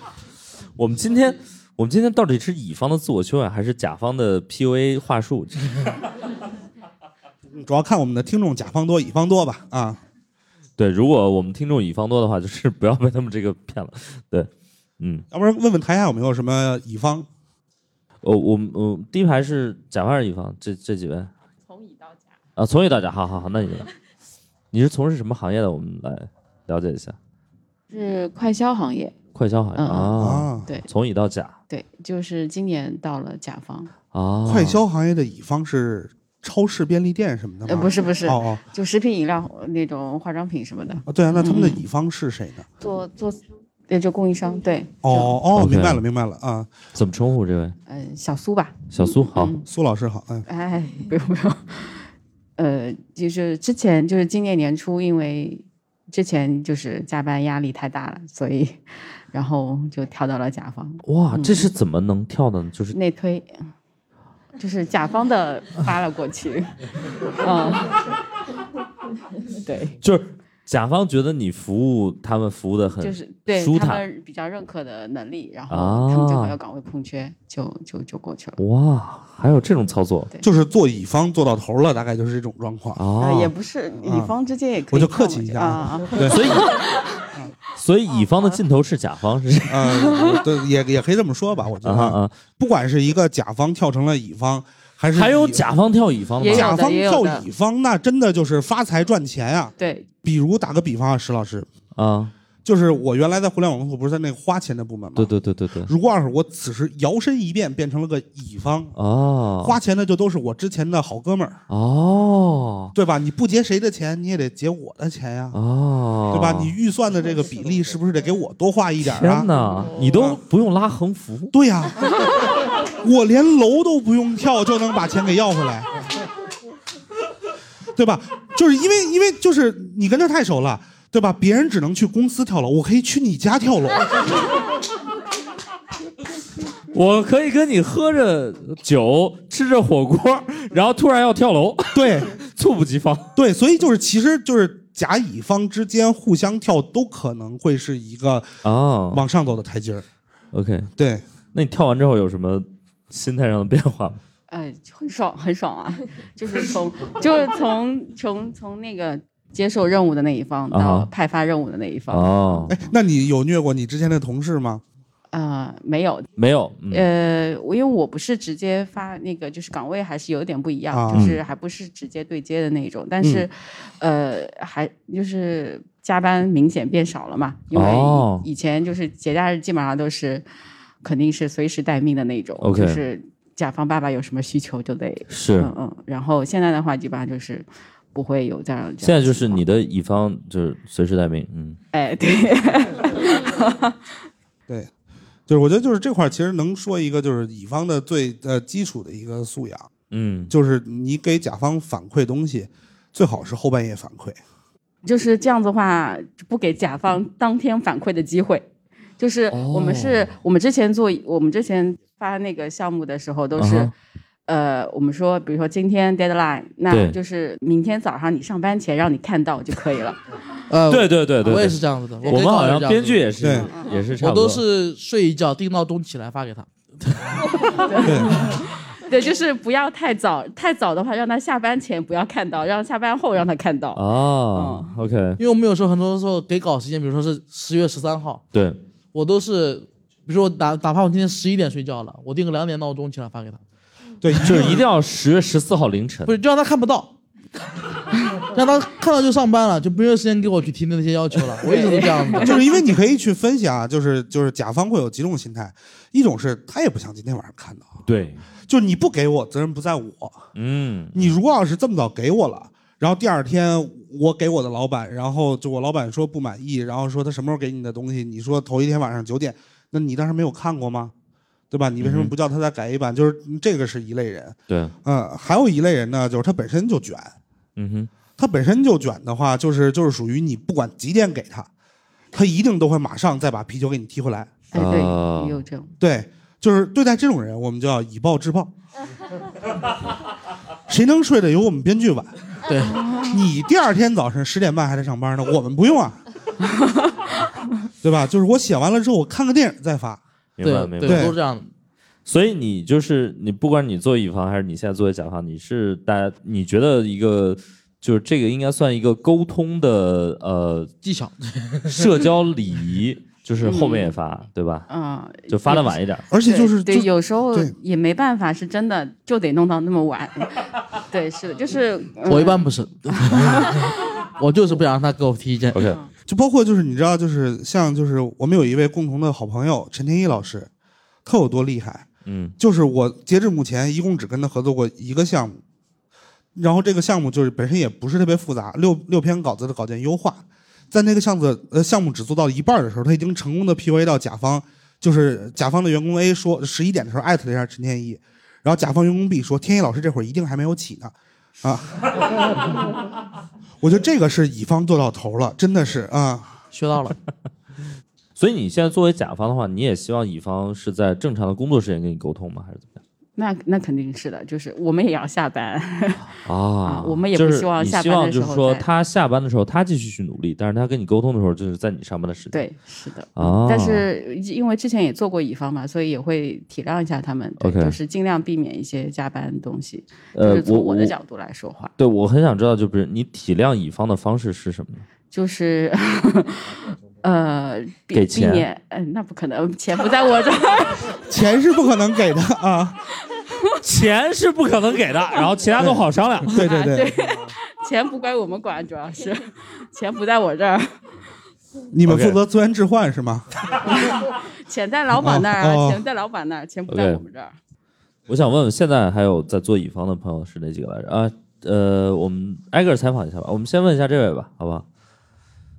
Speaker 1: 我们今天我们今天到底是乙方的自我修养还是甲方的 PUA 话术？
Speaker 2: 主要看我们的听众甲方多乙方多吧啊。
Speaker 1: 对，如果我们听众乙方多的话，就是 (laughs) 不要被他们这个骗了。对，嗯，
Speaker 2: 要不然问问台下有没有什么乙方？
Speaker 1: 我哦我们我们第一排是甲方还是乙方？这这几位
Speaker 5: 从乙到甲，
Speaker 1: 啊，从乙到甲，好好好，那你来 (laughs) 你是从事什么行业的？我们来了解一下，
Speaker 6: 是快消行业，
Speaker 1: 快消行业
Speaker 6: 嗯嗯
Speaker 1: 啊，
Speaker 2: 啊，
Speaker 6: 对
Speaker 1: 从乙到甲
Speaker 6: 对，就是今年到了甲方，
Speaker 1: 啊，
Speaker 2: 快消行业的乙方是超市、便利店什么的吗？
Speaker 6: 呃，不是不是，
Speaker 2: 哦哦
Speaker 6: 就食品饮料那种化妆品什么的，
Speaker 2: 啊，对啊，那他
Speaker 1: 嗯
Speaker 2: 们的乙方是谁呢？
Speaker 6: 做做，也就供应商，对，
Speaker 2: 哦哦，
Speaker 1: OK
Speaker 2: 明白了明白了啊，
Speaker 1: 怎么称呼这位
Speaker 6: 嗯、呃，小苏吧，
Speaker 1: 小苏？好，
Speaker 6: 嗯
Speaker 2: 苏老师好，嗯
Speaker 6: 哎， (laughs) 不用不用，呃，就是之前就是今年年初，因为之前就是加班压力太大了，所以然后就跳到了甲方
Speaker 1: 哇，这是怎么能跳的呢？就是
Speaker 6: 内推，就是甲方的发了过去， (laughs) 嗯， (laughs) 对。
Speaker 1: 就是甲方觉得你服务他们服务的很
Speaker 6: 就是对
Speaker 1: 舒
Speaker 6: 他
Speaker 1: 坦
Speaker 6: 们比较认可的能力，然后他们正好
Speaker 1: 啊
Speaker 6: 有岗位空缺，就就就过去了。
Speaker 1: 哇，还有这种操作
Speaker 2: 就是做乙方做到头了，大概就是这种状况。
Speaker 1: 啊
Speaker 6: 啊，也不是乙
Speaker 2: 啊
Speaker 6: 方之间也可以
Speaker 2: 我就
Speaker 6: 跳
Speaker 2: 客
Speaker 6: 嘛
Speaker 2: 气一
Speaker 6: 就
Speaker 2: 下
Speaker 6: 啊
Speaker 2: 啊
Speaker 6: (laughs) 啊，
Speaker 2: 对，
Speaker 1: 所以，所以乙嗯方的尽头是甲方，是
Speaker 2: 呃，对，也也可以这么说吧，我觉
Speaker 1: 啊
Speaker 2: 得，
Speaker 1: 啊，
Speaker 2: 不管是一个甲方跳成了乙方，还是
Speaker 1: 还有
Speaker 2: 乙
Speaker 1: 甲方跳乙方的
Speaker 6: 也
Speaker 1: 吗？
Speaker 6: 有
Speaker 2: 甲方
Speaker 6: 也有
Speaker 2: 跳
Speaker 6: 的
Speaker 2: 乙方，那真的就是发财赚钱啊。
Speaker 6: 对，
Speaker 2: 比如打个比方啊，石老师，
Speaker 1: 啊，
Speaker 2: 就是我原来在互联网公司不是在那个花钱的部门吗？
Speaker 1: 对。对对对对，
Speaker 2: 如果要是我此时摇身一变变成了个乙方，
Speaker 1: 哦，
Speaker 2: 花钱的就都是我之前的好哥们儿，
Speaker 1: 哦
Speaker 2: 对吧？你不结谁的钱，你也得结我的钱呀、
Speaker 1: 哦，
Speaker 2: 对吧？你预算的这个比例是不是得给我多花一点儿啊
Speaker 1: 天？哪，你都不用拉横幅，
Speaker 2: 对呀、我连楼都不用跳就能把钱给要回来，对吧？就是因为因为就是你跟他太熟了，对吧？别人只能去公司跳楼，我可以去你家跳楼。
Speaker 1: 我可以跟你喝着酒，吃着火锅，然后突然要跳楼，
Speaker 2: 对，
Speaker 1: 猝不及防。
Speaker 2: 对，所以就是其实就是甲乙方之间互相跳都可能会是一个
Speaker 1: 哦
Speaker 2: 往上走的台阶儿。
Speaker 1: OK，
Speaker 2: 对，
Speaker 1: 那你跳完之后有什么心态上的变化吗？
Speaker 6: 呃，很爽，很爽啊！就是从，就是从从从那个接受任务的那一方
Speaker 1: 啊
Speaker 6: 到
Speaker 1: 哈
Speaker 6: 派发任务的那一方，
Speaker 1: (laughs)
Speaker 6: 啊、
Speaker 1: 哦，
Speaker 2: 哎，那你有虐过你之前的同事吗？
Speaker 6: 呃没有，
Speaker 1: 没有，嗯、
Speaker 6: 呃，我因为我不是直接发那个，就是岗位还是有点不一样，
Speaker 2: 啊
Speaker 6: 就是还不是直接对接的那种，但是，
Speaker 1: 嗯
Speaker 6: 呃，还就是加班明显变少了嘛，因为
Speaker 1: 哦
Speaker 6: 以前就是节假日基本上都是肯定是随时待命的那种
Speaker 1: OK
Speaker 6: 就是甲方爸爸有什么需求就得
Speaker 1: 是。
Speaker 6: 嗯嗯，然后现在的话基本上就是不会有这样这样的情况。
Speaker 1: 现在就是你的乙方就是随时待命，嗯，
Speaker 6: 哎对，
Speaker 2: 就是我觉得就是这块儿其实能说一个就是乙方的最呃基础的一个素养，
Speaker 1: 嗯，
Speaker 2: 就是你给甲方反馈东西，最好是后半夜反馈。
Speaker 6: 就是这样子的话，不给甲方当天反馈的机会。就是我们是、
Speaker 1: 哦
Speaker 6: 我们之前做我们之前发那个项目的时候
Speaker 2: 嗯
Speaker 6: 都是。
Speaker 1: 啊哈
Speaker 6: 呃，我们说，比如说今天 deadline，那
Speaker 1: 对
Speaker 6: 就是明天早上你上班前让你看到就可以了。 (laughs)
Speaker 1: 嗯
Speaker 3: 呃，
Speaker 1: 对对对对，
Speaker 3: 我也
Speaker 1: 对
Speaker 3: 是这样子的。
Speaker 1: 我
Speaker 3: 跟
Speaker 1: 们好
Speaker 3: 高老师
Speaker 1: 像
Speaker 3: 这样
Speaker 1: 编
Speaker 3: 子
Speaker 1: 剧也是
Speaker 2: 对
Speaker 1: 也是差
Speaker 3: 我
Speaker 1: 不多，
Speaker 3: 都是睡一觉定闹钟起来发给他。
Speaker 6: 对，就是不要太早，太早的话让他下班前不要看到，让下班后让他看
Speaker 2: 啊
Speaker 6: 到。
Speaker 1: 哦
Speaker 3: 嗯
Speaker 1: o k
Speaker 3: 因为我们有时候很多时候给稿时间，比如说是十月十三号，
Speaker 1: 对，
Speaker 3: 我都是，比如说我哪哪怕我今天十一点睡觉了，我定个两点闹钟起来发给他，
Speaker 2: 对，
Speaker 1: 就是一定要十月十四号凌晨
Speaker 3: 不，是就让他看不到， (laughs) 让他看到就上班了，就没有时间给我去提那些要求了。我一直都
Speaker 1: (laughs)
Speaker 3: 这样子。
Speaker 2: 就是因为你可以去分析啊，就是就是甲方会有几种心态，一种是他也不想今天晚上看到，
Speaker 1: 对，
Speaker 2: 就是你不给我，责任不在我。
Speaker 1: 嗯，
Speaker 2: 你如果要是这么早给我了，然后第二天我给我的老板，然后就我老板说不满意，然后说他什么时候给你的东西？你说头一天晚上九点，那你当时没有看过吗？对吧？你为什么不叫他再改一版？就是这个是一类人，
Speaker 1: 对，
Speaker 2: 嗯，还有一类人呢，就是他本身就卷，
Speaker 1: 嗯哼，
Speaker 2: 他本身就卷的话，就是就是属于你不管几点给他，他一定都会马上再把啤酒给你踢回来。
Speaker 6: 哎，对，
Speaker 2: 啊
Speaker 1: 哦
Speaker 6: 也有这种。
Speaker 2: 对，就是对待这种人，我们就要以暴制暴。谁能睡得有我们编剧晚？
Speaker 3: 对，
Speaker 2: 你第二天早晨十点半还得上班呢，我们不用
Speaker 6: (laughs)
Speaker 2: 啊，对吧？就是我写完了之后，我看个电影再发。
Speaker 1: 明白
Speaker 3: 对
Speaker 1: 明
Speaker 3: 对，
Speaker 1: 白。
Speaker 3: 我都是这样的。
Speaker 1: 所以你就是你，不管你做乙方还是你现在作为甲方，你是大家你觉得一个就是这个应该算一个沟通的呃
Speaker 3: 技巧，
Speaker 1: 社交礼仪，就是后面也发、对吧？
Speaker 6: 嗯，
Speaker 1: 就发的晚一点，
Speaker 2: 而且就是
Speaker 6: 对
Speaker 2: 就
Speaker 6: 对，有时候
Speaker 2: 对
Speaker 6: 也没办法，是真的就得弄到那么晚。 (laughs) 对，是的，就是
Speaker 3: 我一般不是， (laughs) 我就是不想让他给我提意见。
Speaker 1: OK，
Speaker 2: 就包括就是你知道，就是像就是我们有一位共同的好朋友陈天一老师，他有多厉害？
Speaker 1: 嗯，
Speaker 2: 就是我截至目前一共只跟他合作过一个项目，然后这个项目就是本身也不是特别复杂，六六篇稿子的稿件优化，在那个项子呃项目只做到一半的时候，他已经成功的 PUA 到甲方，就是甲方的员工 A 说十一点的时候艾特了一下陈天一，然后甲方员工 B 说天一老师这会儿一定还没有起呢，啊， (laughs) 我觉得这个是乙方做到头了，真的是啊，
Speaker 3: 学到了，
Speaker 1: 所以你现在作为甲方的话，你也希望乙方是在正常的工作时间跟你沟通吗？还是怎么样？
Speaker 6: 那那肯定是的，就是我们也要下班。
Speaker 1: 啊
Speaker 6: 啊我们也不
Speaker 1: 就是
Speaker 6: 希望
Speaker 1: 你
Speaker 6: 下班
Speaker 1: 希望
Speaker 6: 的
Speaker 1: 就
Speaker 6: 时
Speaker 1: 是
Speaker 6: 候
Speaker 1: 说
Speaker 6: 再
Speaker 1: 他下班的时候他继续去努力，但是他跟你沟通的时候就是在你上班的时间。
Speaker 6: (laughs) 对，是的。
Speaker 1: 啊，
Speaker 6: 但是因为之前也做过乙方嘛，所以也会体谅一下他们，对
Speaker 1: OK
Speaker 6: 就是尽量避免一些加班的东西。就
Speaker 1: 呃
Speaker 6: 是，
Speaker 1: 我
Speaker 6: 从我的角度来说话，
Speaker 1: 对我很想知道，就不是你体谅乙方的方式是什么呢？
Speaker 6: 就是 (laughs) 呃，避
Speaker 1: 给
Speaker 6: 避
Speaker 1: 钱
Speaker 6: 免，嗯、那不可能，钱不在我这儿。
Speaker 2: 钱是不可能给的啊，
Speaker 1: 钱是不可能给的，然后其他都好商量。
Speaker 2: 对对
Speaker 6: (laughs)
Speaker 2: 对。
Speaker 6: 钱不归我们管，主要是 (laughs) 钱不在我这儿，
Speaker 2: 你们
Speaker 1: OK
Speaker 2: 负责资源置换是吗？
Speaker 6: 钱在老板那儿
Speaker 2: 哦
Speaker 6: 啊，
Speaker 2: 哦
Speaker 6: 钱在老板那儿，钱不在
Speaker 1: OK
Speaker 6: 我们这儿。
Speaker 1: 我想问问，现在还有在做乙方的朋友是哪几个来着？啊，呃，我们挨个采访一下吧。我们先问一下这位吧，好不好？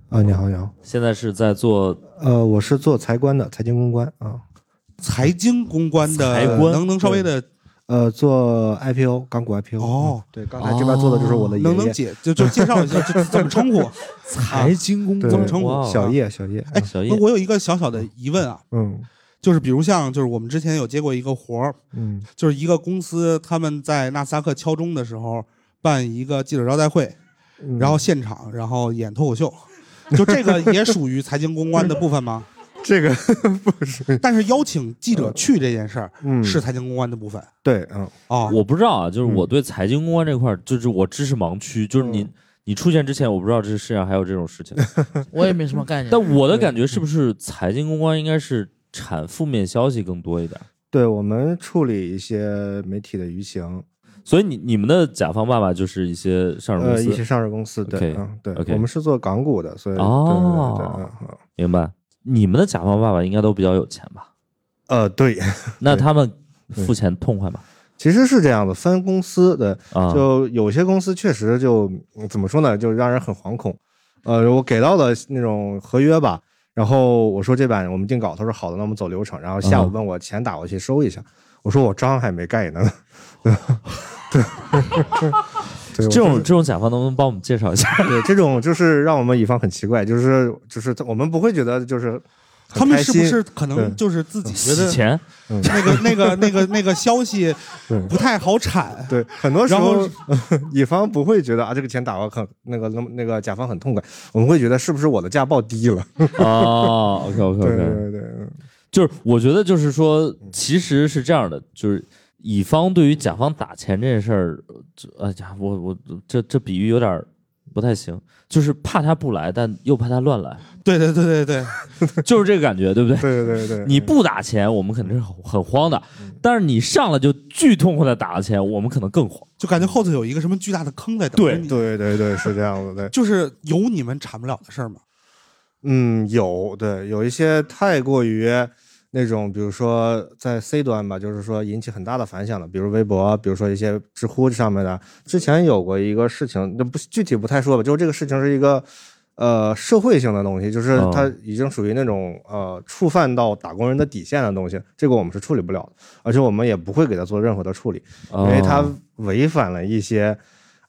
Speaker 7: 啊，你好，你好，
Speaker 1: 现在是在做
Speaker 7: 呃，我是做财官的，财经公关啊，
Speaker 2: 财经公关的，
Speaker 1: 财官
Speaker 2: 能能稍微的
Speaker 7: 呃，做 IPO 港股 IPO
Speaker 2: 哦
Speaker 7: 嗯对，刚才这边坐的就是我的爷
Speaker 2: 能能
Speaker 7: 爷，
Speaker 2: 解就就介绍一
Speaker 7: (laughs)
Speaker 2: 下，就怎么称呼？财经公
Speaker 7: 对
Speaker 2: 怎么称呼？
Speaker 1: 哇
Speaker 7: 小叶，小叶，
Speaker 2: 哎
Speaker 7: 嗯
Speaker 1: 小叶
Speaker 2: 那。我有一个小小的疑问啊，
Speaker 7: 嗯，
Speaker 2: 就是比如像就是我们之前有接过一个活儿，
Speaker 7: 嗯
Speaker 2: 就是一个公司他们在纳斯达克敲钟的时候办一个记者招待会，
Speaker 7: 嗯
Speaker 2: 然后现场然后演脱口秀，就这个也属于财经公关的部分吗？
Speaker 7: 这个 (laughs) 不是，
Speaker 2: 但是邀请记者去这件事儿
Speaker 7: 嗯，
Speaker 2: 是财经公关的部分
Speaker 7: 对，嗯，
Speaker 2: 哦。
Speaker 1: 我不知道啊，就是
Speaker 7: 嗯
Speaker 1: 我对财经公关这块儿，就是我知识盲区，就是你。你出现之前，我不知道这世界上还有这种事情。
Speaker 3: 我也没什么概念。
Speaker 1: 嗯但我
Speaker 7: 嗯
Speaker 1: 的感觉是不是财经公关应该是产负面消息更多一点？
Speaker 7: 对我们处理一些媒体的舆情，
Speaker 1: 所以你你们的甲方爸爸就是一些上市公
Speaker 7: 呃，一些
Speaker 1: 司，
Speaker 7: 上市公司，对
Speaker 1: OK，
Speaker 7: 嗯，对
Speaker 1: OK
Speaker 7: 我们是做港股的，所以对
Speaker 1: 哦
Speaker 7: 对对对，嗯嗯
Speaker 1: 明白？你们的甲方爸爸应该都比较有钱吧？
Speaker 7: 呃，对， (laughs)
Speaker 1: 那他们付钱痛快吗？
Speaker 7: 其实是这样的，分公司的，
Speaker 1: 啊，
Speaker 7: 就有些公司确实就嗯怎么说呢，就让人很惶恐。呃，我给到的那种合约吧，然后我说这版我们定稿，他说好的，那我们走流程。然后下午
Speaker 1: 嗯
Speaker 7: 问我钱打过去收一下，我说我章还没盖呢。 (laughs) 对，对，对，
Speaker 1: 这
Speaker 7: 我
Speaker 1: 种这种甲方能不能帮我们介绍一下？
Speaker 7: 对这种就是让我们乙方很奇怪，就是就是我们不会觉得就是很
Speaker 2: 他们
Speaker 7: 开
Speaker 2: 是不
Speaker 7: 心
Speaker 2: 是可能
Speaker 7: 对嗯
Speaker 2: 就是自己觉
Speaker 1: 洗
Speaker 2: 得
Speaker 1: 钱
Speaker 2: 那个那个那 (laughs) 个那个消息
Speaker 7: 对
Speaker 2: 不太好产？
Speaker 7: 对，很多时
Speaker 2: 然
Speaker 7: 候
Speaker 2: 后
Speaker 7: (laughs) 乙方不会觉得啊，这个钱打过很那个那么那个甲方很痛快，我们会觉得是不是我的价报低了？
Speaker 1: 哦 OK OK
Speaker 7: 对
Speaker 1: OK，
Speaker 7: 对对，嗯
Speaker 1: 就是我觉得就是说，其实是这样的，就是乙方对于甲方打钱这件事儿，这哎呀，我我这这比喻有点儿不太行，就是怕他不来，但又怕他乱来，
Speaker 2: 对对对对对，
Speaker 1: 就是这个感觉，对不对？
Speaker 7: (laughs) 对对对对，
Speaker 1: 你不打钱，我们肯定是很很慌的，
Speaker 7: 嗯
Speaker 1: 但是你上来就巨痛快的打了钱，我们可能更慌。
Speaker 2: 就感觉后头有一个什么巨大的坑在等着你。，
Speaker 7: (laughs) 对对对是这样子对，
Speaker 2: 就是有你们铲不了的事儿嘛。
Speaker 7: 嗯，有对有一些太过于那种，比如说在 C 端吧，就是说引起很大的反响的，比如微博，比如说一些知乎上面的，之前有过一个事情，那不具体不太说吧，就是这个事情是一个。呃，社会性的东西，就是
Speaker 1: 哦
Speaker 7: 它已经属于那种、呃触犯到打工人的底线的东西，这个我们是处理不了的，而且我们也不会给他做任何的处理。
Speaker 1: 因
Speaker 7: 因为它违反了一些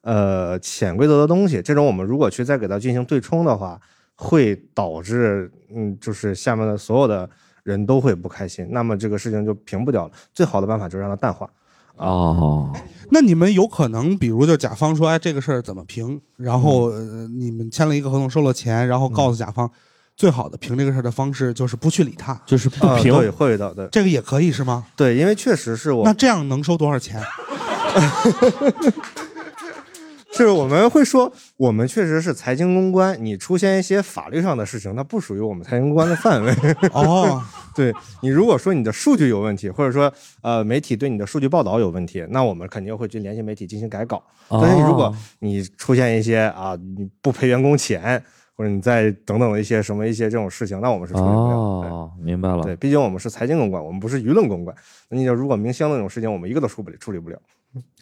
Speaker 7: 呃潜规则的东西。这种我们如果去再给它进行对冲的话，会导致嗯，就是下面的所有的人都会不开心，那么这个事情就平不掉了。最好的办法就是让它淡化。
Speaker 1: 哦，
Speaker 2: 那你们有可能，比如就甲方说，哎，这个事儿怎么评？然后、
Speaker 7: 嗯
Speaker 2: 呃、你们签了一个合同，收了钱，然后告诉甲方，最好的评这个事儿的方式就是不去理他，
Speaker 1: 就是不
Speaker 7: 呃
Speaker 1: 平，
Speaker 7: 对，会有的，对
Speaker 2: 这个也可以是吗？
Speaker 7: 对，因为确实是我
Speaker 2: 那这样能收多少钱？
Speaker 7: (laughs) 就是我们会说，我们确实是财经公关，你出现一些法律上的事情，它不属于我们财经公关的范围。 (laughs)
Speaker 2: 哦，
Speaker 7: 对你如果说你的数据有问题，或者说呃媒体对你的数据报道有问题，那我们肯定会去联系媒体进行改稿。但是如果
Speaker 1: 哦
Speaker 7: 你出现一些啊你不赔员工钱，或者你再等等一些什么一些这种事情，那我们是处理不了的。
Speaker 1: 哦，明白了
Speaker 7: 对，，毕竟我们是财经公关，我们不是舆论公关。那你就如果明星那种事情，我们一个都处不了，处理不了。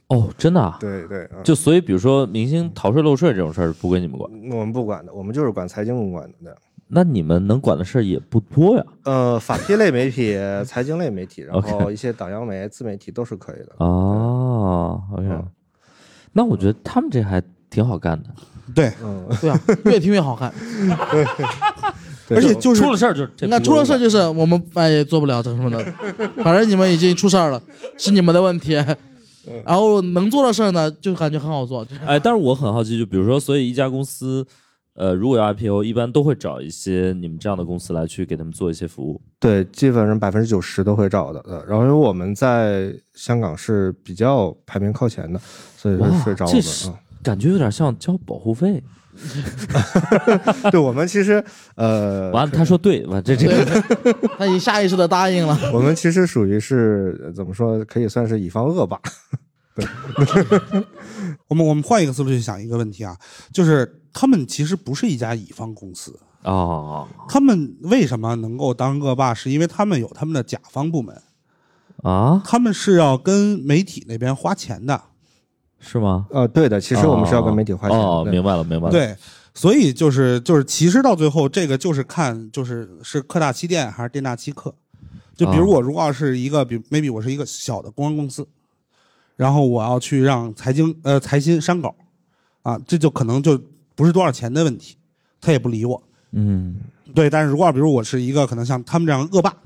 Speaker 1: 哦，真的啊，
Speaker 7: 对嗯对，嗯
Speaker 1: 就所以比如说明星逃税漏税这种事儿不归你们管，
Speaker 7: 我们不管的，我们就是管财经公关的。对，
Speaker 1: 那你们能管的事儿也不多呀。
Speaker 7: 呃，法批类媒体、财经类媒体，然
Speaker 1: (laughs) OK
Speaker 7: 后一些党央媒、自媒体都是可以的。
Speaker 1: 哦，OK，、
Speaker 7: 嗯
Speaker 1: 那我觉得他们这还挺好干的，
Speaker 2: 对，
Speaker 7: 嗯，
Speaker 3: 对啊，越听越好 (laughs) 看。
Speaker 7: 对
Speaker 2: 而且就是
Speaker 1: 出了事儿就这
Speaker 3: 那出了事儿就是我们哎也做不了这什么 (laughs) 的，反正你们已经出事儿了，是你们的问题。然后能做的事儿呢，就感觉很好做。
Speaker 1: 哎，但是我很好奇，就比如说，所以一家公司，呃，如果要 IPO，一般都会找一些你们这样的公司来去给他们做一些服务。
Speaker 7: 对，基本上百分之九十都会找的。呃，然后因为我们在香港是比较排名靠前的，所以
Speaker 1: 哇
Speaker 7: 是会找我
Speaker 1: 这
Speaker 7: 们。
Speaker 1: 是
Speaker 7: 嗯
Speaker 1: 感觉有点像交保护费。 (laughs)
Speaker 7: 对，我们其实呃，
Speaker 1: 完了，他说对，完这这
Speaker 3: 对
Speaker 1: 个，
Speaker 3: 他已经下意识的答应了。 (laughs)
Speaker 7: 我们其实属于是呃怎么说，可以算是乙方恶霸。
Speaker 2: 我们我们换一个思路去想一个问题啊，就是他们其实不是一家乙方公司，
Speaker 1: (laughs) 哦
Speaker 2: 他们为什么能够当恶霸，是因为他们有他们的甲方部门，
Speaker 1: 啊，
Speaker 2: 他们是要跟媒体那边花钱的。
Speaker 1: 是吗？
Speaker 7: 呃，对的，其实我们是要跟媒体花钱的。
Speaker 1: 哦，
Speaker 7: 对
Speaker 1: 明白了，明白了。，
Speaker 2: 对，所以就是就是，其实到最后，这个就是看就是是客大欺店还是店大欺客。就比如
Speaker 1: 啊
Speaker 2: 我如果要是一个，比 maybe 我是一个小的公关公司，然后我要去让财经呃财新删稿，啊，这就可能就不是多少钱的问题，他也不理我。
Speaker 1: 嗯，
Speaker 2: 对，但是如果比如我是一个可能像他们这样恶霸，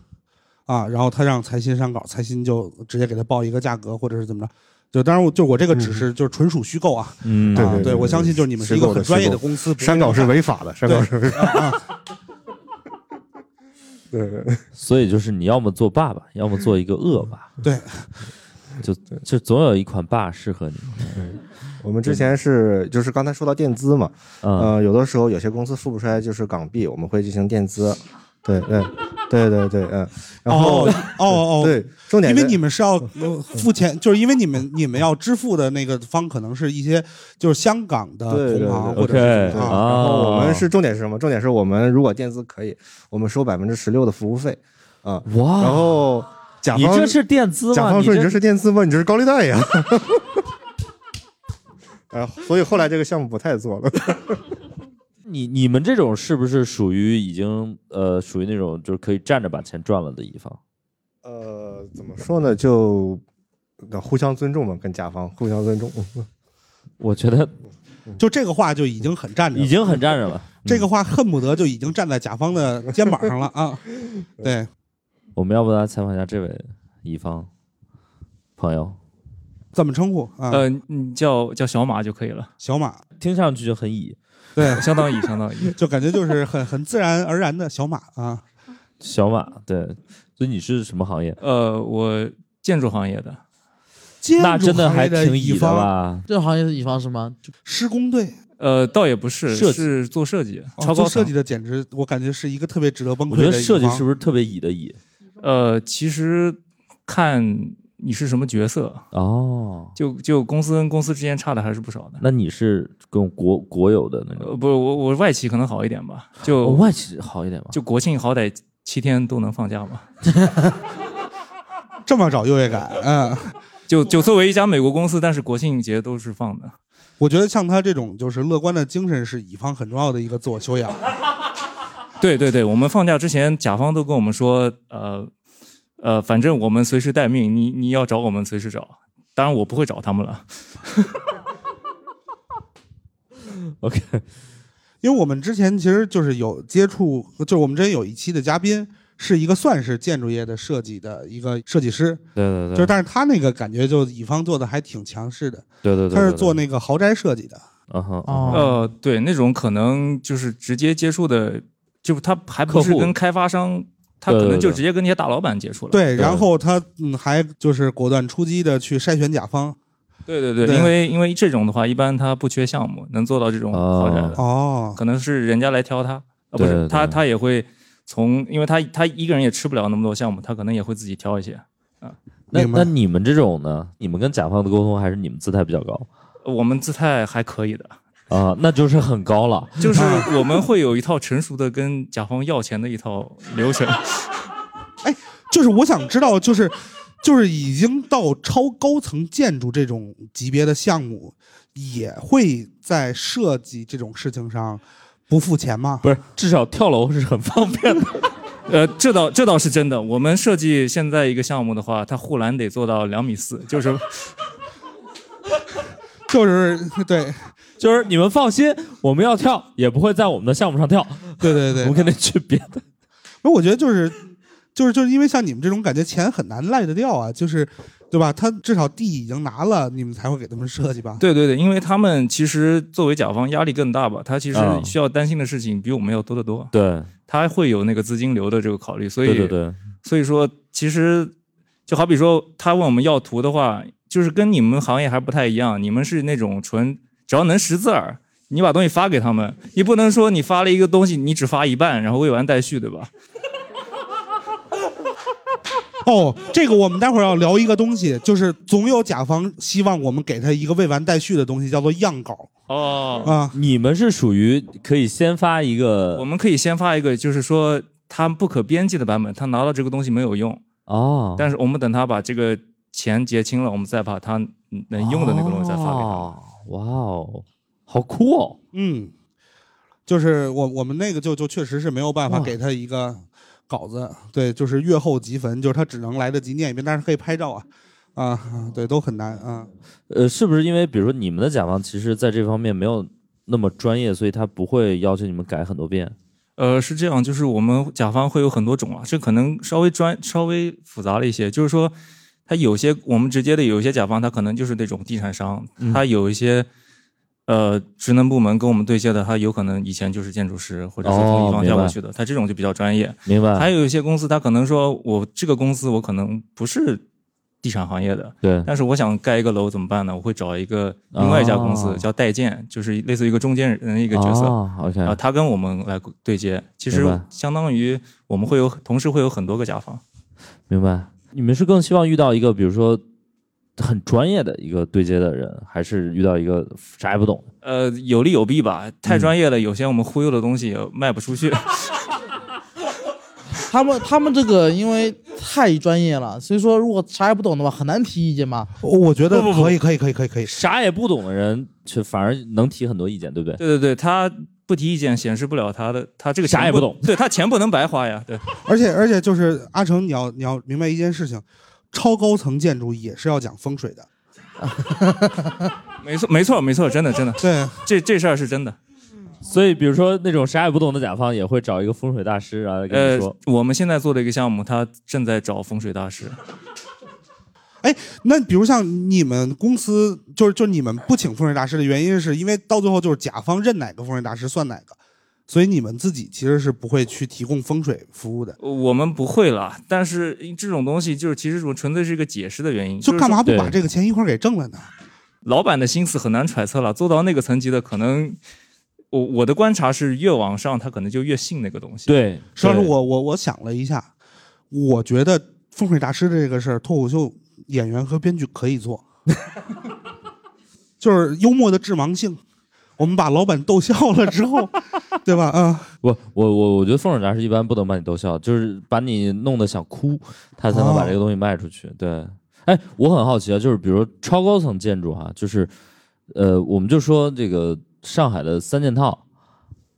Speaker 2: 啊，然后他让财新上稿，财新就直接给他报一个价格，或者是怎么着。就当然我，就我这个只是就是纯属虚构啊，
Speaker 1: 嗯
Speaker 2: 啊
Speaker 7: 嗯对对对
Speaker 2: 对，我相信就是你们是一个
Speaker 7: 虚构
Speaker 2: 很
Speaker 7: 的
Speaker 2: 专业的
Speaker 7: 虚构
Speaker 2: 公司，不
Speaker 7: 删稿是
Speaker 2: 这么
Speaker 7: 违法的，删稿是违法的。 (laughs) 对对对，
Speaker 1: 所以就是你要么做爸 (laughs) 爸，要么做一个恶霸，
Speaker 2: 干对，
Speaker 1: 就就总有一款爸适合你。
Speaker 7: 我们之前是就是刚才说到垫资嘛，
Speaker 1: 嗯，
Speaker 7: 呃，有的时候有些公司付不出来就是港币，我们会进行垫资。对对对对对，嗯，然后
Speaker 2: 哦哦哦，
Speaker 7: 对，重点
Speaker 2: 因为
Speaker 7: 在
Speaker 2: 你们是要呃付钱，就是因为你们你们要支付的那个方可能是一些就是香港的
Speaker 7: 对对
Speaker 2: 同行
Speaker 7: 对
Speaker 2: 或者是
Speaker 1: OK，
Speaker 2: 什么
Speaker 1: 啊
Speaker 2: 啊，
Speaker 7: 然后我们是重点是什么？重点是我们如果垫资可以，我们收百分之十六的服务费啊。
Speaker 1: 哇，
Speaker 7: 然后甲
Speaker 1: 哦你
Speaker 7: 方
Speaker 1: 这是垫资
Speaker 7: 甲
Speaker 1: 吗？
Speaker 7: 方说你
Speaker 1: 这
Speaker 7: 这是垫资吗？你这是高利贷呀。 (laughs) 啊，所以后来这个项目不太做了。
Speaker 1: 你你们这种是不是属于已经呃属于那种就是可以站着把钱赚了的一方？
Speaker 7: 呃，怎么说呢？就呃互相尊重嘛，跟甲方互相尊重。嗯
Speaker 1: 我觉得
Speaker 2: 就这个话就已经很站着了，
Speaker 1: 已经很站着了。
Speaker 7: 嗯
Speaker 2: 这个话恨不得就已经站在甲方的肩膀上了
Speaker 7: (laughs)
Speaker 2: 啊，对，
Speaker 1: 我们要不来采访一下这位乙方朋友？
Speaker 2: 怎么称呼啊？
Speaker 8: 呃，你叫叫小马就可以了，
Speaker 2: 小马，
Speaker 1: 听上去就很乙。
Speaker 2: 对，
Speaker 8: 相当于相当于。
Speaker 2: 就感觉就是很 (laughs) 很自然而然的小马啊，
Speaker 1: 小马，对，所以你是什么行业？
Speaker 8: 呃，我建筑行业的，
Speaker 2: 建
Speaker 1: 那
Speaker 2: 筑
Speaker 1: 真的
Speaker 2: 行
Speaker 1: 还
Speaker 2: 业的
Speaker 1: 挺
Speaker 2: 乙
Speaker 1: 乙的
Speaker 2: 方，
Speaker 1: 吧？
Speaker 3: 这行业是乙方是吗？就
Speaker 2: 施工队
Speaker 8: 呃，倒也不是，
Speaker 1: 设计
Speaker 8: 是做设计，
Speaker 2: 哦
Speaker 8: 超高
Speaker 2: 做设
Speaker 8: 层
Speaker 2: 计。的简直，我感觉是一个特别值得崩
Speaker 1: 我
Speaker 2: 溃
Speaker 1: 觉
Speaker 2: 的乙
Speaker 1: 得
Speaker 2: 方。
Speaker 1: 设计是不是特别乙的乙？
Speaker 8: 呃，其实看你是什么角色，
Speaker 1: 哦，
Speaker 8: 就就公司跟公司之间差的还是不少的。
Speaker 1: 那你是跟国国有的那
Speaker 8: 呃，
Speaker 1: 种？
Speaker 8: 不，我我外企可能好一点吧，就、
Speaker 1: 哦外企好一点吧？
Speaker 8: 就国庆好歹七天都能放假嘛。
Speaker 2: 这么找优越感？嗯，
Speaker 8: 就就作为一家美国公司，但是国庆节都是放的。
Speaker 2: 我觉得像他这种就是乐观的精神是乙方很重要的一个自我修养。
Speaker 8: 对对对，我们放假之前，甲方都跟我们说，呃呃，反正我们随时待命，你你要找我们随时找。当然我不会找他们了。
Speaker 1: OK，
Speaker 2: 因为我们之前其实就是有接触，就是我们之前有一期的嘉宾是一个算是建筑业的设计的一个设计师，
Speaker 1: 对对对，
Speaker 2: 就是但是他那个感觉就乙方做的还挺强势的，
Speaker 1: 对对对，
Speaker 2: 他是做
Speaker 1: 那
Speaker 2: 那个豪宅设计的。
Speaker 1: 啊哈
Speaker 3: 哦
Speaker 8: 呃，对，那种可能就是直接接触的，就他还不
Speaker 1: 客
Speaker 8: 是
Speaker 1: 户
Speaker 8: 跟开发商，他
Speaker 1: 对
Speaker 8: 可
Speaker 1: 对
Speaker 8: 能就
Speaker 1: 对
Speaker 8: 直接跟那些大老板接触了。
Speaker 2: 对，然后他嗯还就是果断出击的去筛选甲方。
Speaker 8: 对对对
Speaker 2: 对
Speaker 8: 因为因为这种的话，一般他不缺项目，能做到这种豪宅的，
Speaker 2: 哦，
Speaker 8: 可能是人家来挑他，啊，不
Speaker 1: 对对
Speaker 8: 是他
Speaker 1: 对
Speaker 8: 他也会从，因为他他一个人也吃不了那么多项目，他可能也会自己挑一些。
Speaker 1: 那
Speaker 2: 明白
Speaker 1: 那你们这种呢？你们跟甲方的沟通还是你们姿态比较高
Speaker 8: 呃我们姿态还可以的，
Speaker 1: 啊、那就是很高了。 (laughs)
Speaker 8: 就是我们会有一套成熟的跟甲方要钱的一套流程。
Speaker 2: 就是我想知道，就是 (laughs) 就是已经到超高层建筑这种级别的项目，也会在设计这种事情上不付钱吗？
Speaker 1: (laughs) 不是，至少跳楼是很方便的。
Speaker 8: (laughs) 呃，这倒这倒是真的。我们设计现在一个项目的话，它护栏得做到两米四，
Speaker 1: (laughs)
Speaker 8: 就是
Speaker 2: 就是对
Speaker 1: 就是你们放心，我们要跳也不会在我们的项目上跳，
Speaker 2: (laughs) 对对
Speaker 1: 我
Speaker 2: 对，
Speaker 1: 们肯定去别的。
Speaker 2: 不是我觉得就是就是就是因为像你们这种感觉钱很难赖得掉啊，就是对吧？他至少地已经拿了，你们才会给他们设计吧？
Speaker 8: 对对对，因为他们其实作为甲方压力更大吧，他其实
Speaker 1: 嗯
Speaker 8: 需要担心的事情比我们要多得多，
Speaker 1: 对
Speaker 8: 他会有那个资金流的这个考虑，所以
Speaker 1: 对对对，
Speaker 8: 所以说其实就好比说他问我们要图的话，就是跟你们行业还不太一样，你们是那种纯只要能识字儿。你把东西发给他们，你不能说你发了一个东西，你只发一半，然后未完待续，对吧？
Speaker 2: 哦，这个我们待会儿要聊一个东西，就是总有甲方希望我们给他一个未完待续的东西，叫做样稿
Speaker 8: 哦
Speaker 2: 啊。
Speaker 1: 你们是属于可以先发一个
Speaker 8: 我们可以先发一个，就是说他不可编辑的版本，他拿到这个东西没有用，
Speaker 1: 哦，
Speaker 8: 但是我们等他把这个钱结清了，我们再把他能用的那个东西再发给他。
Speaker 1: 哦哇哦，好酷哦！
Speaker 2: 嗯，就是我我们那个就就确实是没有办法
Speaker 1: 哇
Speaker 2: 给他一个稿子，对，就是阅后即焚，就是他只能来得及念一遍，但是可以拍照啊，啊，对，都很难啊。
Speaker 1: 呃，是不是因为比如说你们的甲方其实在这方面没有那么专业，所以他不会要求你们改很多遍？
Speaker 8: 呃，是这样，就是我们甲方会有很多种啊，这可能稍微专稍微复杂了一些，就是说，他有些我们直接的有一些甲方，他可能就是那种地产商，
Speaker 1: 嗯
Speaker 8: 他有一些。呃，职能部门跟我们对接的，他有可能以前就是建筑师，或者是从
Speaker 1: 哦
Speaker 8: 乙方
Speaker 1: 明
Speaker 8: 调过
Speaker 1: 白嗯
Speaker 8: 去的，他这种就比较专业。
Speaker 1: 明白
Speaker 8: 还有一些公司，他可能说我这个公司我可能不是地产行业的，
Speaker 1: 对
Speaker 8: 但是我想盖一个楼怎么办呢？我会找一个另外一家公司、
Speaker 1: 哦
Speaker 8: 叫代建，就是类似于一个中间人的一个角色。
Speaker 1: 哦，OK
Speaker 8: 啊，他跟我们来对接，其实
Speaker 1: 明白
Speaker 8: 相当于我们会有同时会有很多个甲方。
Speaker 1: 明白。你们是更希望遇到一个，比如说很专业的一个对接的人，还是遇到一个啥也不懂？
Speaker 8: 呃，有利有弊吧。太专业了，有些我们忽悠的东西也卖
Speaker 1: (laughs)
Speaker 8: 不出去。
Speaker 3: 他们他们这个因为太专业了，所以说如果啥也不懂的话，很难提意见嘛。
Speaker 2: 我觉
Speaker 8: 得不不不可以
Speaker 2: 可以，可以，可以，可以。
Speaker 1: 啥也不懂的人，却反而能提很多意见，对不对？
Speaker 8: 对对对，他不提意见，显示不了他的他这个钱
Speaker 1: 啥也不懂，
Speaker 8: (laughs) 对他钱不能白花呀。对，
Speaker 2: 而且而且就是阿成，你要你要明白一件事情，超高层建筑也是要讲风水的。
Speaker 8: 没错没错没错，真的真的，
Speaker 2: 对，
Speaker 8: 这这事儿是真的。
Speaker 1: 所以，比如说那种啥也不懂的甲方，也会找一个风水大师，然后来跟
Speaker 8: 呃
Speaker 1: 你说。，
Speaker 8: 我们现在做的一个项目，他正在找风水大师。
Speaker 2: 那比如像你们公司，就是就是你们不请风水大师的原因，是因为到最后就是甲方认哪个风水大师算哪个，所以你们自己其实是不会去提供风水服务的。
Speaker 8: 我们不会啦，但是这种东西就是其实我纯粹是一个解释的原因，
Speaker 2: 就干嘛
Speaker 8: 是说
Speaker 2: 不
Speaker 1: 对
Speaker 2: 把这个钱一块儿给挣了呢？
Speaker 8: 老板的心思很难揣测了，做到那个层级的可能。我我的观察是，越往上，他可能就越信那个东西。
Speaker 1: 对，
Speaker 2: 实际上是
Speaker 1: 对
Speaker 2: 我我我想了一下，我觉得风水大师的这个事儿，脱口秀演员和编剧可以做， (laughs) 就是幽默的致盲性。我们把老板逗笑了之后，对吧？嗯，
Speaker 1: 不，我我我觉得风水大师一般不能把你逗笑，就是把你弄得想哭，他才能把
Speaker 2: 哦
Speaker 1: 这个东西卖出去。对，哎，我很好奇啊，就是比如说超高层建筑哈、就是呃，我们就说这个上海的三件套，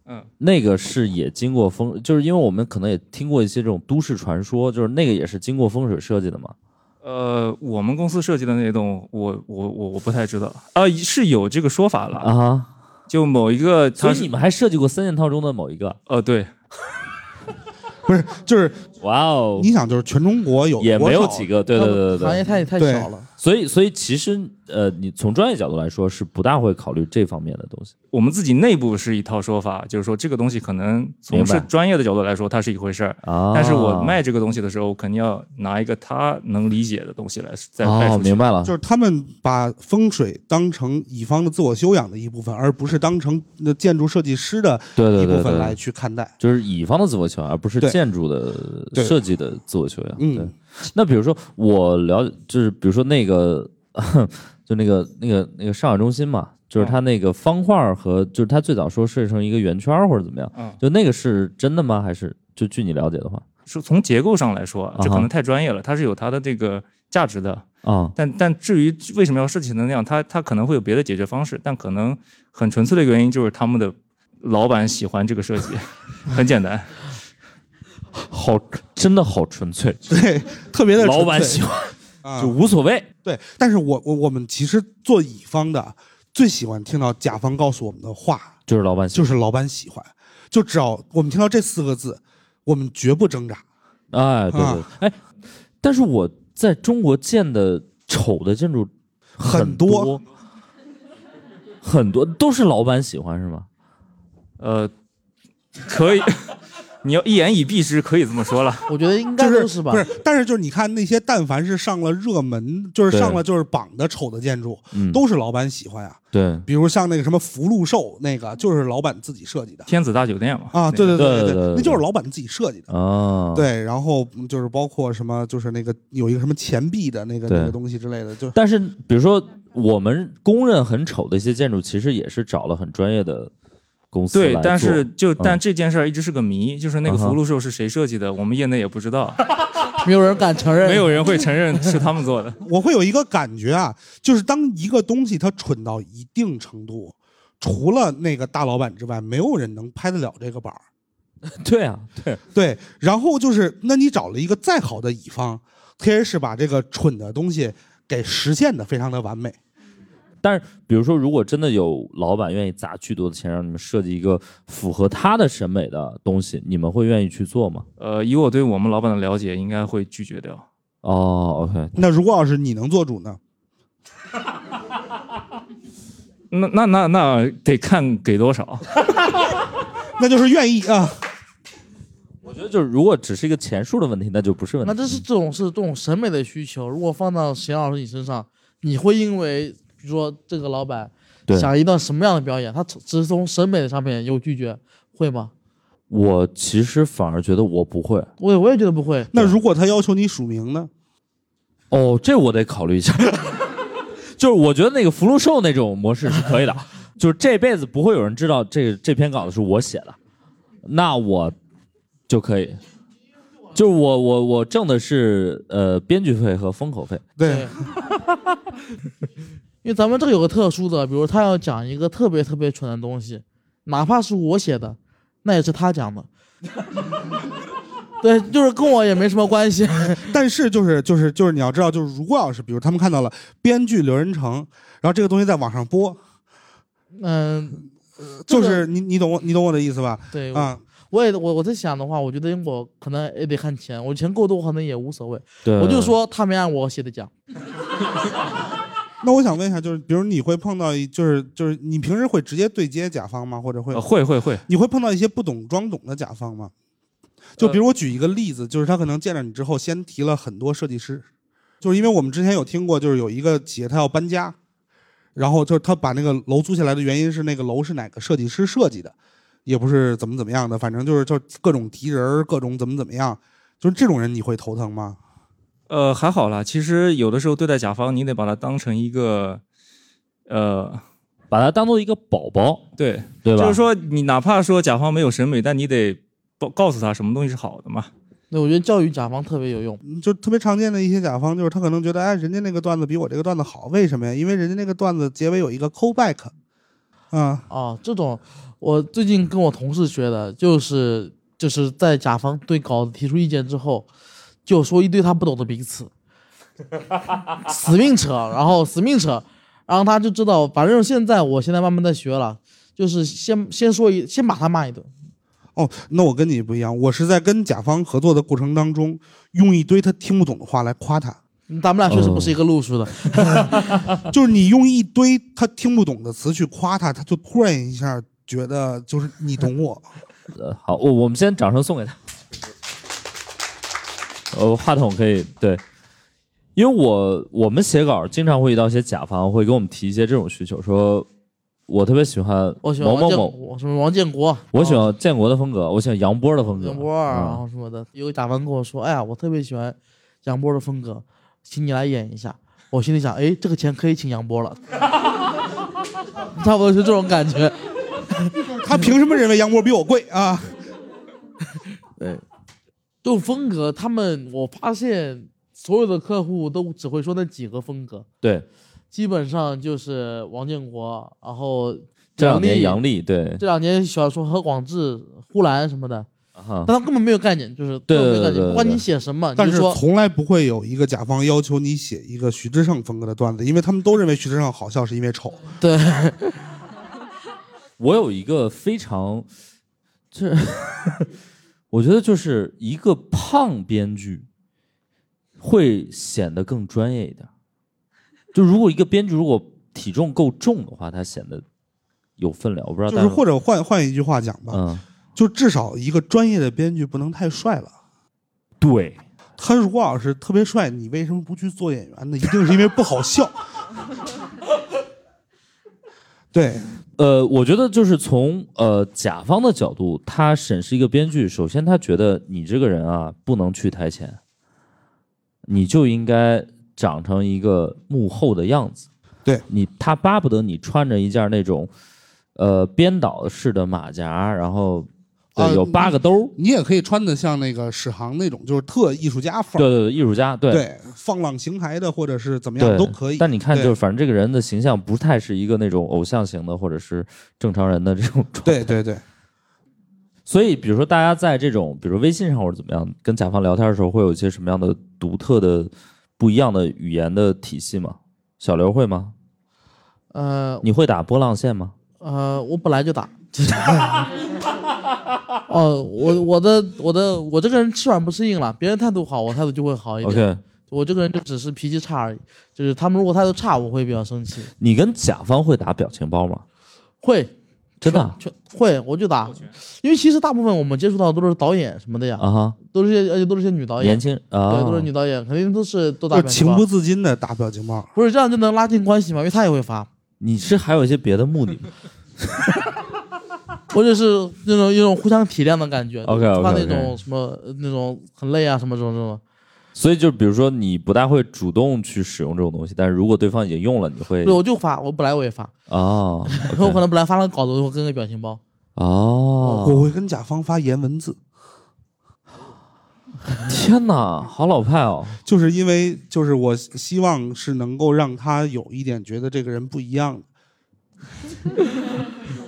Speaker 8: 嗯，
Speaker 1: 那个是也经过风，就是因为我们可能也听过一些这种都市传说，就是那个也是经过风水设计的嘛。
Speaker 8: 呃，我们公司设计的那栋，我我我我不太知道啊、是有这个说法了。
Speaker 1: 啊哈，
Speaker 8: 就某一个
Speaker 1: 所
Speaker 8: 他
Speaker 1: 以你
Speaker 8: 是
Speaker 1: 们还设计过三件套中的某一个？
Speaker 8: 呃对，
Speaker 2: 不是，就是
Speaker 1: 哇哦
Speaker 2: 你，想，就是全中国有
Speaker 1: 也
Speaker 2: 多
Speaker 1: 没有
Speaker 2: 少
Speaker 1: 几个，对对对对
Speaker 3: 行业
Speaker 1: 对。
Speaker 3: 太太
Speaker 2: 对
Speaker 3: 小了。
Speaker 1: 所以所以其实呃，你从专业角度来说是不大会考虑这方面的东西。
Speaker 8: 我们自己内部是一套说法，就是说这个东西可能从
Speaker 1: 明
Speaker 8: 事
Speaker 1: 白
Speaker 8: 专业的角度来说，它是一回事儿。
Speaker 1: 啊，
Speaker 8: 但是我卖这个东西的时候，我肯定要拿一个他能理解的东西来再卖
Speaker 1: 哦，
Speaker 8: 出去。
Speaker 1: 明白了，
Speaker 2: 就是他们把风水当成乙方的自我修养的一部分，而不是当成那建筑设计师的
Speaker 1: 对
Speaker 2: 一
Speaker 1: 对
Speaker 2: 部
Speaker 1: 对
Speaker 2: 分来
Speaker 1: 对，
Speaker 2: 去看待。
Speaker 1: 就是乙方的自我修啊养，而不是
Speaker 2: 对
Speaker 1: 建筑的
Speaker 2: 对
Speaker 1: 设计的自我修养。
Speaker 2: 嗯
Speaker 1: 对，那比如说我了，就是比如说那个， (laughs) 就那个那个那个上海中心嘛，就是它那个方块儿和就是它最早说设计成一个圆圈儿或者怎么样，
Speaker 8: 嗯
Speaker 1: 就那个是真的吗？还是就据你了解的话
Speaker 8: 是从结构上来说，这
Speaker 1: 啊哈
Speaker 8: 可能太专业了，它是有它的这个价值的。
Speaker 1: 啊？
Speaker 8: 但但至于为什么要设计成那样，它它可能会有别的解决方式，但可能很纯粹的原因就是他们的老板喜欢这个设计， (laughs) 很简单。
Speaker 1: 好，真的好纯粹，
Speaker 2: 对，特别的
Speaker 1: 老
Speaker 2: 纯
Speaker 1: 板
Speaker 2: 粹
Speaker 1: 喜欢
Speaker 2: 啊
Speaker 1: 就无所谓。
Speaker 2: 对，但是我我我们其实做乙方的最喜欢听到甲方告诉我们的话，
Speaker 1: 就是老板喜
Speaker 2: 就是老板喜欢，就只要我们听到这四个字，我们绝不挣扎。
Speaker 1: 欢，哎，对对
Speaker 2: 啊，
Speaker 1: 哎，但是我在中国建的丑的建筑
Speaker 2: 很多
Speaker 1: 多，很多都是老板喜欢是吗？
Speaker 8: 呃，可以，你要一言以蔽之，可以这么说了。
Speaker 3: 我觉得应该
Speaker 2: 就
Speaker 3: 都
Speaker 2: 是
Speaker 3: 吧
Speaker 2: 不。是，但是就是你看那些，但凡是上了热门，就是
Speaker 1: 对
Speaker 2: 上了就是榜的丑的建筑，
Speaker 1: 嗯，
Speaker 2: 都是老板喜欢啊。
Speaker 1: 对
Speaker 2: 比如像那个什么福禄寿，那个就是老板自己设计的
Speaker 8: 天子大酒店嘛，
Speaker 2: 啊，对对
Speaker 1: 对
Speaker 2: 对
Speaker 1: 对对
Speaker 2: 那就是
Speaker 1: 对
Speaker 2: 老板自己设计的。
Speaker 1: 啊，
Speaker 2: 对，然后嗯就是包括什么，就是那个有一个什么钱币的那个
Speaker 1: 对
Speaker 2: 那个东西之类的，就
Speaker 1: 但是比如说我们公认很丑的一些建筑，其实也是找了很专业的公司来
Speaker 8: 对，
Speaker 1: 做
Speaker 8: 但是就、但
Speaker 1: 嗯
Speaker 8: 这件事儿一直是个谜，就是那个
Speaker 1: 嗯哼
Speaker 8: 福禄寿是谁设计的，我们业内也不知道，
Speaker 3: 没有人敢承认。
Speaker 8: 没有人会承认是他们做的。
Speaker 2: 我会有一个感觉啊，就是当一个东西它蠢到一定程度，除了那个大老板之外，没有人能拍得了这个板儿。
Speaker 1: (laughs) 对啊，对，
Speaker 2: 对，然后就是，那你找了一个再好的乙方，他也是把这个蠢的东西给实现的非常的完美。
Speaker 1: 但是，比如说，如果真的有老板愿意砸巨多的钱让你们设计一个符合他的审美的东西，你们会愿意去做吗？
Speaker 8: 呃，以我对我们老板的了解，应该会拒绝掉。
Speaker 1: 哦，OK，
Speaker 2: 那如果要是你能做主呢？
Speaker 8: 那那那那得看给多少。
Speaker 2: 那就是愿意啊。
Speaker 1: 我觉得就是，如果只是一个钱数的问题，那就不是问题。
Speaker 3: 那这是这种是这种审美的需求，如果放到沈阳老师你身上，你会因为比如说这个老板
Speaker 1: 对
Speaker 3: 想一段什么样的表演，他只只是从审美上面有拒绝，会吗？
Speaker 1: 我其实反而觉得我不会。
Speaker 3: 我也我也觉得不会。
Speaker 2: 那如果他要求你署名呢？
Speaker 1: 哦，这我得考虑一下。 (laughs) 就是我觉得那个福禄寿那种模式是可 (laughs) 以的，就是这辈子不会有人知道这这篇稿子是我写的，那我就可以。就是我我我挣的是呃编剧费和封口费，
Speaker 2: 对，
Speaker 3: 因为咱们这个有个特殊的，比如他要讲一个特别特别蠢的东西，哪怕是我写的，那也是他讲的。 (laughs) 对，就是跟我也没什么关系。
Speaker 2: 但是就是就是就是你要知道，就是如果要是比如他们看到了编剧刘仁成，然后这个东西在网上播，
Speaker 3: 嗯，
Speaker 2: 就
Speaker 3: 这个
Speaker 2: 是你你懂我你懂我的意思吧？
Speaker 3: 对
Speaker 2: 啊，
Speaker 3: 我也我我在想的话，我觉得英国可能也得看钱，我钱够多可能也无所谓。
Speaker 1: 对
Speaker 3: 我就说他没按我写的讲，
Speaker 2: 那我想问一下，就是比如你会碰到一，就是就是你平时会直接对接甲方吗？或者会、
Speaker 8: 呃会会会，
Speaker 2: 你会碰到一些不懂装懂的甲方吗？就比如我举一个例子，就是他可能见着你之后，先提了很多设计师，就是因为我们之前有听过，就是有一个企业他要搬家，然后就是他把那个楼租下来的原因是那个楼是哪个设计师设计的，也不是怎么怎么样的，反正就是就各种提人儿，各种怎么怎么样，就是这种人你会头疼吗？
Speaker 8: 呃，还好啦。其实有的时候对待甲方，你得把它当成一个，呃，
Speaker 1: 把它当做一个宝宝，
Speaker 8: 对，
Speaker 1: 对吧？
Speaker 8: 就是说你哪怕说甲方没有审美，但你得告告诉他什么东西是好的嘛。
Speaker 3: 对，我觉得教育甲方特别有用。
Speaker 2: 嗯就特别常见的一些甲方，就是他可能觉得，哎，人家那个段子比我这个段子好，为什么呀？因为人家那个段子结尾有一个 callback，啊，
Speaker 3: 啊，这种我最近跟我同事学的，就是就是在甲方对稿子提出意见之后，就说一堆他不懂的名
Speaker 1: (laughs)
Speaker 3: 词，死命扯，然后死命扯，然后他就知道，反正现在我现在慢慢在学了，就是先先说一，先把他骂一顿，
Speaker 2: 哦，那我跟你不一样，我是在跟甲方合作的过程当中，用一堆他听不懂的话来夸 (laughs) 他，
Speaker 3: 咱们俩确实
Speaker 1: 嗯
Speaker 3: 不是一个路数的，
Speaker 2: 就是你用一堆他听不懂的词去夸他，他就突然一下觉得就是你懂 (laughs) 我。
Speaker 1: 呃好，我我们先掌声送给他。呃，话筒可以对，因为我我们写稿经常会遇到一些甲方会给我们提一些这种需求，说我特别喜欢
Speaker 3: 我喜欢
Speaker 1: 某
Speaker 3: 王
Speaker 1: 某
Speaker 3: 建，
Speaker 1: 某，
Speaker 3: 我什么王建国，
Speaker 1: 我喜
Speaker 3: 啊
Speaker 1: 欢建国的风格，我喜欢杨波的风格，
Speaker 3: 杨波儿，然
Speaker 1: 啊
Speaker 3: 后什么的。有个甲方跟我说：“哎呀，我特别喜欢杨波的风格，请你来演一下。”我心里想：“哎，这个钱可以请杨波了。” (laughs) 差不多是这种感觉。
Speaker 2: 他凭什么认为杨波比我贵啊？
Speaker 3: 这种风格，他们我发现所有的客户都只会说那几个风格，
Speaker 1: 对，
Speaker 3: 基本上就是王建国，然后
Speaker 1: 这两年
Speaker 3: 杨
Speaker 1: 杨
Speaker 3: 笠，
Speaker 1: 笠对，
Speaker 3: 这两年小说何广智、呼兰什么的，
Speaker 1: 啊
Speaker 3: 但他根本没有概念，就是根本没有
Speaker 1: 对对对
Speaker 3: 概念，
Speaker 1: 对
Speaker 3: 不管你写什么，你
Speaker 2: 但
Speaker 3: 就是说
Speaker 2: 从来不会有一个甲方要求你写一个徐志胜风格的段子，因为他们都认为徐志胜好笑是因为丑。
Speaker 1: (laughs)
Speaker 3: 对。
Speaker 1: 我有一个非常，这 (laughs) 我觉得就是一个胖编剧会显得更专业一点儿。就如果一个编剧如果体重够重的话，他显得有分量。我不知道
Speaker 2: 就
Speaker 1: 大
Speaker 2: 是
Speaker 1: 家，
Speaker 2: 或者换换一句话讲吧，
Speaker 1: 嗯，
Speaker 2: 就至少一个专业的编剧不能太帅了。
Speaker 1: 对，
Speaker 2: 他如果要是特别帅，你为什么不去做演员呢？一定是因为不好笑。对，
Speaker 1: 呃，我觉得就是从呃甲方的角度，他审视一个编剧，首先他觉得你这个人啊不能去台前，你就应该长成一个幕后的样子。
Speaker 2: 对
Speaker 1: 你，他巴不得你穿着一件那种呃编导式的马甲，然后对、
Speaker 2: 啊
Speaker 1: 有八个兜儿，
Speaker 2: 你也可以穿的像那个史航那种，就是特艺术家范
Speaker 1: 对
Speaker 2: 儿，
Speaker 1: 对对，艺术家，对
Speaker 2: 对，放浪形骸的，或者是怎么
Speaker 1: 对
Speaker 2: 样都可以。
Speaker 1: 但你看，
Speaker 2: 对
Speaker 1: 就是反正这个人的形象不太是一个那种偶像型的，或者是正常人的这种状态。
Speaker 2: 对对对，
Speaker 1: 所以，比如说大家在这种，比如说微信上或者怎么样，跟甲方聊天的时候，会有一些什么样的独特的、不一样的语言的体系吗？小刘会吗？
Speaker 3: 呃
Speaker 1: 你会打波浪线吗？
Speaker 3: 呃，我本来就打。哦，我我的我的我这个人吃软不吃硬了，别人态度好，我态度就会好一点。
Speaker 1: OK
Speaker 3: 我这个人就只是脾气差而已，就是他们如果态度差，我会比较生气。
Speaker 1: 你跟甲方会打表情包吗？
Speaker 3: 会，
Speaker 1: 真的啊
Speaker 3: 全会，我就打，因为其实大部分我们接触到的都是导演什么的呀，
Speaker 1: 啊哈，
Speaker 3: 都是些而且都是些女导演，
Speaker 1: 年轻啊，
Speaker 3: 哦对，都是女导演，肯定都是都打
Speaker 2: 就
Speaker 3: 表情
Speaker 2: 情
Speaker 3: 包
Speaker 2: 不自禁的打表情包。
Speaker 3: 不是这样就能拉近关系嘛，因为他也会发，
Speaker 1: 你是还有一些别的目的
Speaker 3: (laughs)
Speaker 1: 吗？
Speaker 3: 或者是那种一种互相体谅的感觉
Speaker 1: OK，OK，OK
Speaker 3: 发那种什么呃那种很累啊什么什么什么，
Speaker 1: 所以就比如说你不大会主动去使用这种东西，但是如果对方已经用了，你会
Speaker 3: 对，我就发，我本来我也发，
Speaker 1: 哦
Speaker 3: 我可能本来发了稿子，我会跟个表情包，
Speaker 1: 哦，
Speaker 2: 我会跟甲方发颜文字，
Speaker 1: 天哪，好老派哦，
Speaker 2: 就是因为就是我希望是能够让他有一点觉得这个人不一样，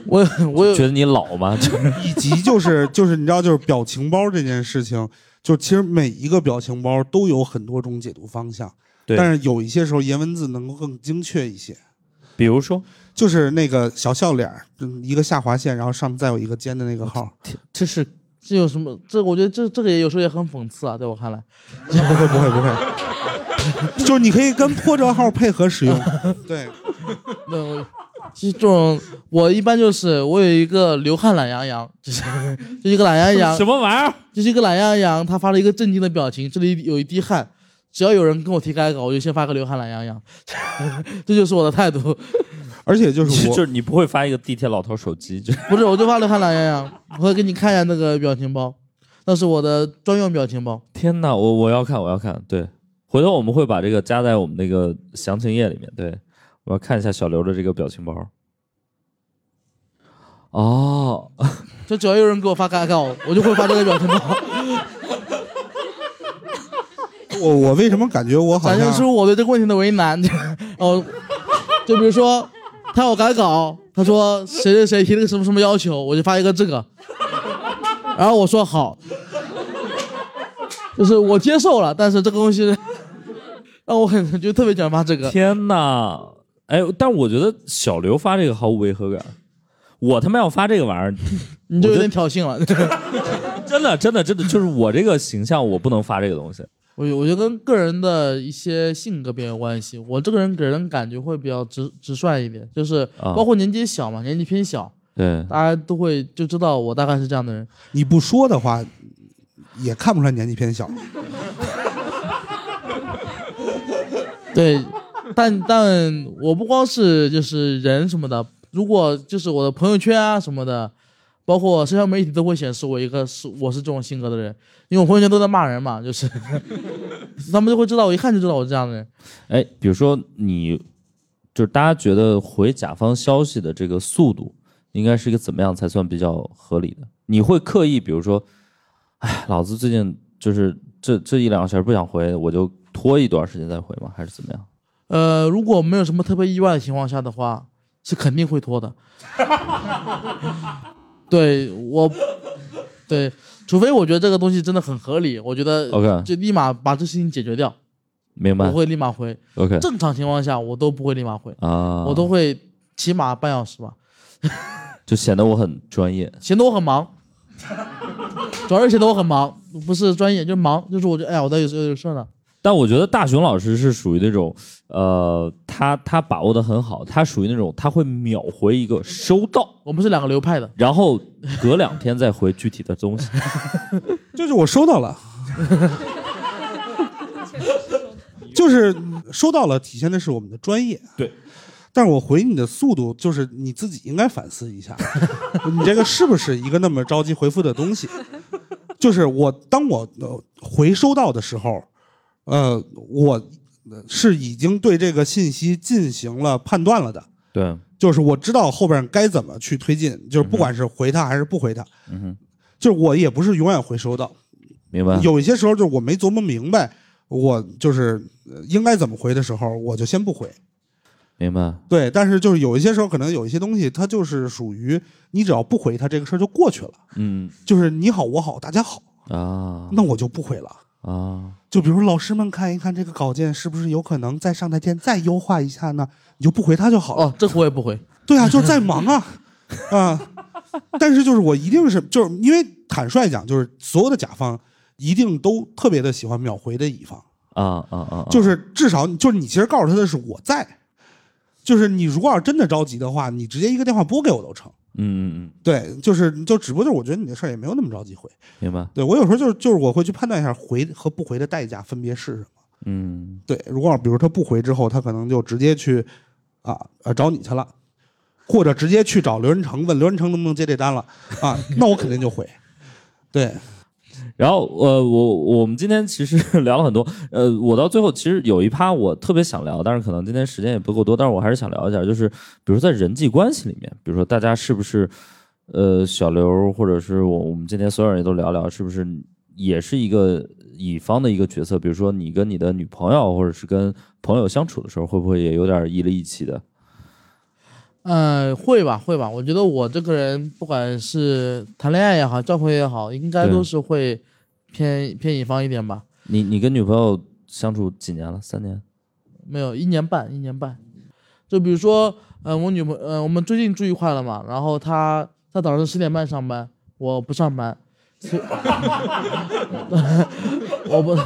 Speaker 3: 我我有
Speaker 1: 觉得你老吗？ (laughs) 就是
Speaker 2: 以及就是就是你知道就是表情包这件事情，就其实每一个表情包都有很多种解读方向，
Speaker 1: 对
Speaker 2: 但是有一些时候颜文字能够更精确一些。
Speaker 1: 比如说，
Speaker 2: 就是那个小笑脸儿，嗯一个下划线，然后上面再有一个尖的那个号。
Speaker 1: 这是
Speaker 3: 这有什么？这我觉得这这个也有时候也很讽刺啊，在我看来，
Speaker 2: 不会不会不会，就是你可以跟破折号配合
Speaker 1: (laughs)
Speaker 2: 使用。对，
Speaker 3: 那我这种我一般就是我有一个流汗懒羊羊，就是就一个懒羊羊，
Speaker 1: 什么玩意儿？
Speaker 3: 就是一个懒羊羊，他发了一个震惊的表情，这里有一滴汗。只要有人跟我提改稿，我就先发个流汗懒羊羊， (laughs) 这就是我的态度。
Speaker 2: 而且 (laughs) 就是
Speaker 1: 就
Speaker 2: 我
Speaker 1: 是你不会发一个地铁老头手机，就是
Speaker 3: 不是，我就发流汗懒羊羊，我会给你看一下那个表情包，那是我的专用表情包。
Speaker 1: 天哪，我我要看，我要看。对，回头我们会把这个加在我们那个详情页里面。对，我要看一下小刘的这个表情包。哦，
Speaker 3: 就只要有人给我发改稿，我就会发这个表情包。
Speaker 2: 我我为什么感觉我好
Speaker 3: 展现
Speaker 2: 像
Speaker 3: 出我对这个问题的为难。 (laughs) 哦，就比如说，他要我改稿，他说谁谁谁提了个什么什么要求，我就发一个这个，然后我说好，就是我接受了，但是这个东西让我很就特别想发这个。
Speaker 1: 天哪！哎，但我觉得小刘发这个毫无违和感。我他妈要发这个玩意儿，
Speaker 3: 你就有点挑衅了。 (laughs)
Speaker 1: 真的，真的，真的，就是我这个形象，我不能发这个东西。
Speaker 3: 我我觉得跟个人的一些性格比较有关系。我这个人给人感觉会比较直直率一点，就是
Speaker 1: 啊
Speaker 3: 包括年纪小嘛，年纪偏小，
Speaker 1: 对，
Speaker 3: 大家都会就知道我大概是这样的人。
Speaker 2: 你不说的话，也看不出来年纪偏小。
Speaker 3: 对， (laughs) 但但我不光是就是人什么的，如果就是我的朋友圈啊什么的，包括社交媒体都会显示我一个是我是这种性格的人，因为我朋友圈都在骂人嘛，就是 (laughs) 他们就会知道我一看就知道我是这样的人。
Speaker 1: 哎，比如说你，就是大家觉得回甲方消息的这个速度，应该是一个怎么样才算比较合理的？你会刻意，比如说，哎，老子最近就是这这一两个小时不想回，我就拖一段时间再回吗？还是怎么样？
Speaker 3: 呃，如果没有什么特别意外的情况下的话，是肯定会拖的。 (laughs) 对我，对，除非我觉得这个东西真的很合理，我觉得
Speaker 1: OK
Speaker 3: 就立马把这事情解决掉，
Speaker 1: 嗯明白
Speaker 3: 我会立马回。
Speaker 1: ？OK
Speaker 3: 正常情况下我都不会立马回，
Speaker 1: 啊，
Speaker 3: 我都会起码半小时吧，
Speaker 1: 就显得我很专业。
Speaker 3: 显得我很忙， (laughs) 主要是显得我很忙，不是专业，就是忙，就是我就哎呀，我在有有有事儿呢，
Speaker 1: 但我觉得大熊老师是属于那种，呃，他他把握的很好，他属于那种他会秒回一个收到，
Speaker 3: 我们是两个流派的，
Speaker 1: 然后隔两天再回具体的东西。 (laughs)
Speaker 2: 就是我收到了，就是收到了，体现的是我们的专业。
Speaker 1: 对，
Speaker 2: 但是我回你的速度，就是你自己应该反思一下，你这个是不是一个那么着急回复的东西？就是我当我呃回收到的时候，呃，我呃是已经对这个信息进行了判断了的。
Speaker 1: 对，
Speaker 2: 就是我知道后边该怎么去推进，就是不管是回他还是不回他，
Speaker 1: 嗯哼，
Speaker 2: 就是我也不是永远会收到，
Speaker 1: 明白。
Speaker 2: 有一些时候就是我没琢磨明白，我就是呃应该怎么回的时候，我就先不回。
Speaker 1: 明白，
Speaker 2: 对，但是就是有一些时候，可能有一些东西，它就是属于你只要不回它，这个事儿就过去了，
Speaker 1: 嗯
Speaker 2: 就是你好我好大家好，
Speaker 1: 啊，
Speaker 2: 那我就不回了。
Speaker 1: 啊，
Speaker 2: 就比如老师们看一看这个稿件是不是有可能在上台前再优化一下呢？你就不回他就好了。
Speaker 3: 哦，这我也不回。
Speaker 2: 对啊，就在忙啊，啊！但是就是我一定是就是因为坦率讲，就是所有的甲方一定都特别的喜欢秒回的乙方，
Speaker 1: 啊啊啊！
Speaker 2: 就是至少就是你其实告诉他的是我在，就是你如果要是真的着急的话，你直接一个电话拨给我都成。
Speaker 1: 嗯嗯嗯，
Speaker 2: 对，就是就只不过就是我觉得你的事儿也没有那么着急回。
Speaker 1: 明白。
Speaker 2: 对我有时候就是就是我会去判断一下回和不回的代价分别是什么。
Speaker 1: 嗯，
Speaker 2: 对，如果比如他不回之后，他可能就直接去啊呃找你去了，或者直接去找刘仁成问刘仁成能不能接这单了啊，那我肯定就回。对，
Speaker 1: 然后呃，我我们今天其实聊了很多，呃，我到最后其实有一趴我特别想聊，但是可能今天时间也不够多，但是我还是想聊一下，就是比如在人际关系里面，比如说大家是不是呃小刘或者是我我们今天所有人也都聊聊，是不是也是一个乙方的一个角色？比如说你跟你的女朋友或者是跟朋友相处的时候，会不会也有点一里一气的？
Speaker 3: 嗯，会吧，会吧。我觉得我这个人，不管是谈恋爱也好，交朋友也好，应该
Speaker 1: 对
Speaker 3: 都是会偏偏乙方一点吧。
Speaker 1: 你你跟女朋友相处几年了？三年？
Speaker 3: 没有，一年半，一年半。就比如说，呃，我女朋呃，我们最近住一块了嘛，然后她她早上十点半上班，我不上班， (laughs) 所以我不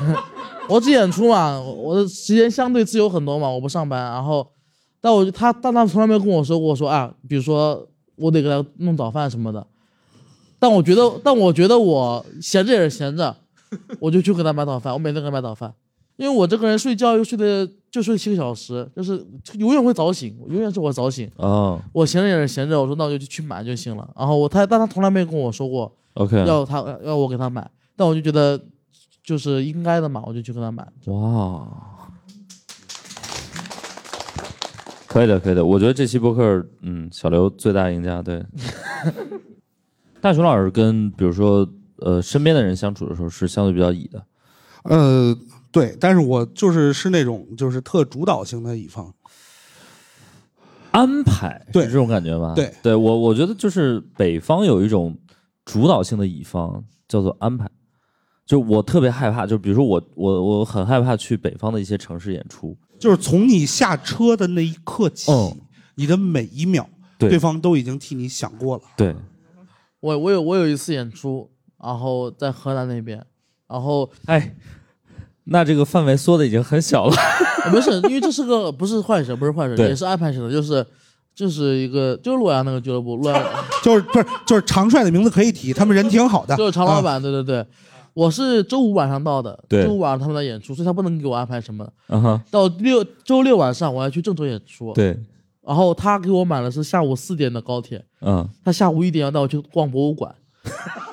Speaker 3: 我只演出嘛，我的时间相对自由很多嘛，我不上班，然后，但我就她但她从来没有跟我说过说啊，比如说我得给她弄早饭什么的，但我觉得但我觉得我闲着也是闲着，我就去给她买早饭，我每天给她买早饭。因为我这个人睡觉又睡的就睡七个小时，就是永远会早醒，永远是我早醒。
Speaker 1: 哦
Speaker 3: 我闲着也是闲着，我说那我就去买就行了。然后我他但他从来没有跟我说过
Speaker 1: ，OK，
Speaker 3: 要他要我给他买，但我就觉得就是应该的嘛，我就去给他买。
Speaker 1: 哇，可以的，可以的。我觉得这期播客，嗯，小刘最大赢家。 (laughs) 对，大熊老师跟比如说呃身边的人相处的时候是相对比较乙的，
Speaker 2: 呃对，但是我就是是那种就是特主导型的乙方，
Speaker 1: 安排
Speaker 2: 对
Speaker 1: 是这种感觉吧？
Speaker 2: 对，
Speaker 1: 对我我觉得就是北方有一种主导性的乙方叫做安排，就我特别害怕，就比如说我我我很害怕去北方的一些城市演出，
Speaker 2: 就是从你下车的那一刻起，
Speaker 1: 嗯
Speaker 2: 你的每一秒，
Speaker 1: 对
Speaker 2: 方都已经替你想过了。
Speaker 1: 对，
Speaker 3: 我我有我有一次演出，然后在河南那边，然后
Speaker 1: 哎，那这个范围缩的已经很小了。 (laughs)
Speaker 3: 呃没事，因为这是个不是坏事，不是坏事，
Speaker 1: 对
Speaker 3: 也是安排型的，就是就是一个就是洛阳那个俱乐部，洛阳。
Speaker 2: 就是不是就是常帅的名字可以提，他们人挺好的，
Speaker 3: (laughs) 就是常老
Speaker 2: 啊
Speaker 3: 板，对对对，我是周五晚上到的，
Speaker 1: 对
Speaker 3: 周五晚上他们在演出，所以他不能给我安排什么。
Speaker 1: 嗯哼，
Speaker 3: 到六周六晚上我要去郑州演出，
Speaker 1: 对，
Speaker 3: 然后他给我买的是下午四点的高铁，
Speaker 1: 嗯，
Speaker 3: 他下午一点要带我去逛博物馆。 (laughs)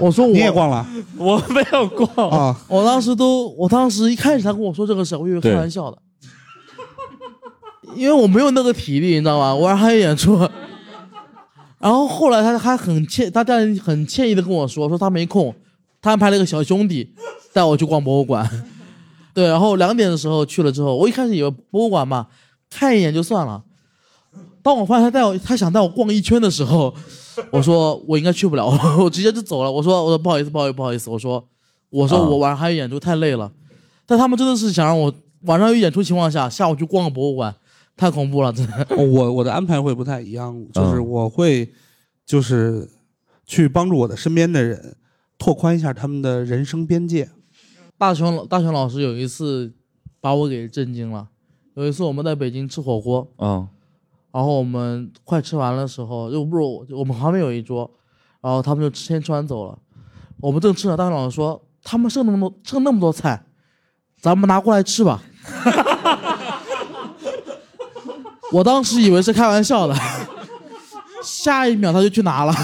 Speaker 3: 我说我
Speaker 2: 你也逛了
Speaker 1: 我没有逛。
Speaker 2: 啊？
Speaker 3: 我当时都，我当时一开始他跟我说这个事儿，我以为开玩笑的，因为我没有那个体力，你知道吗？我让他演出，然后后来他还很歉，他但很歉意的跟我说，说他没空，他安排了个小兄弟带我去逛博物馆，对，然后两点的时候去了之后，我一开始以为博物馆嘛，看一眼就算了，当我发现他带我，他想带我逛一圈的时候，我说我应该去不了，我我直接就走了，我说我说不好意思，不好意思，不好意思，我说。我说
Speaker 1: 啊
Speaker 3: 我晚上还有演出，太累了。但他们真的是想让我晚上有演出情况下，下午去逛个博物馆，太恐怖了，真的。 (laughs)
Speaker 2: 我我的安排会不太一样，就是
Speaker 1: 嗯
Speaker 2: 我会就是去帮助我的身边的人拓宽一下他们的人生边界。
Speaker 3: 大雄老大雄老师有一次把我给震惊了。有一次我们在北京吃火锅，
Speaker 1: 嗯
Speaker 3: 然后我们快吃完的时候，就不是我我们旁边有一桌，然后他们就吃先吃完走了。我们正吃呢，大雄老师说他们剩那么多剩那么多菜，咱们拿过来吃吧。 (laughs) 我当时以为是开玩笑的， (laughs) 下一秒他就去拿了。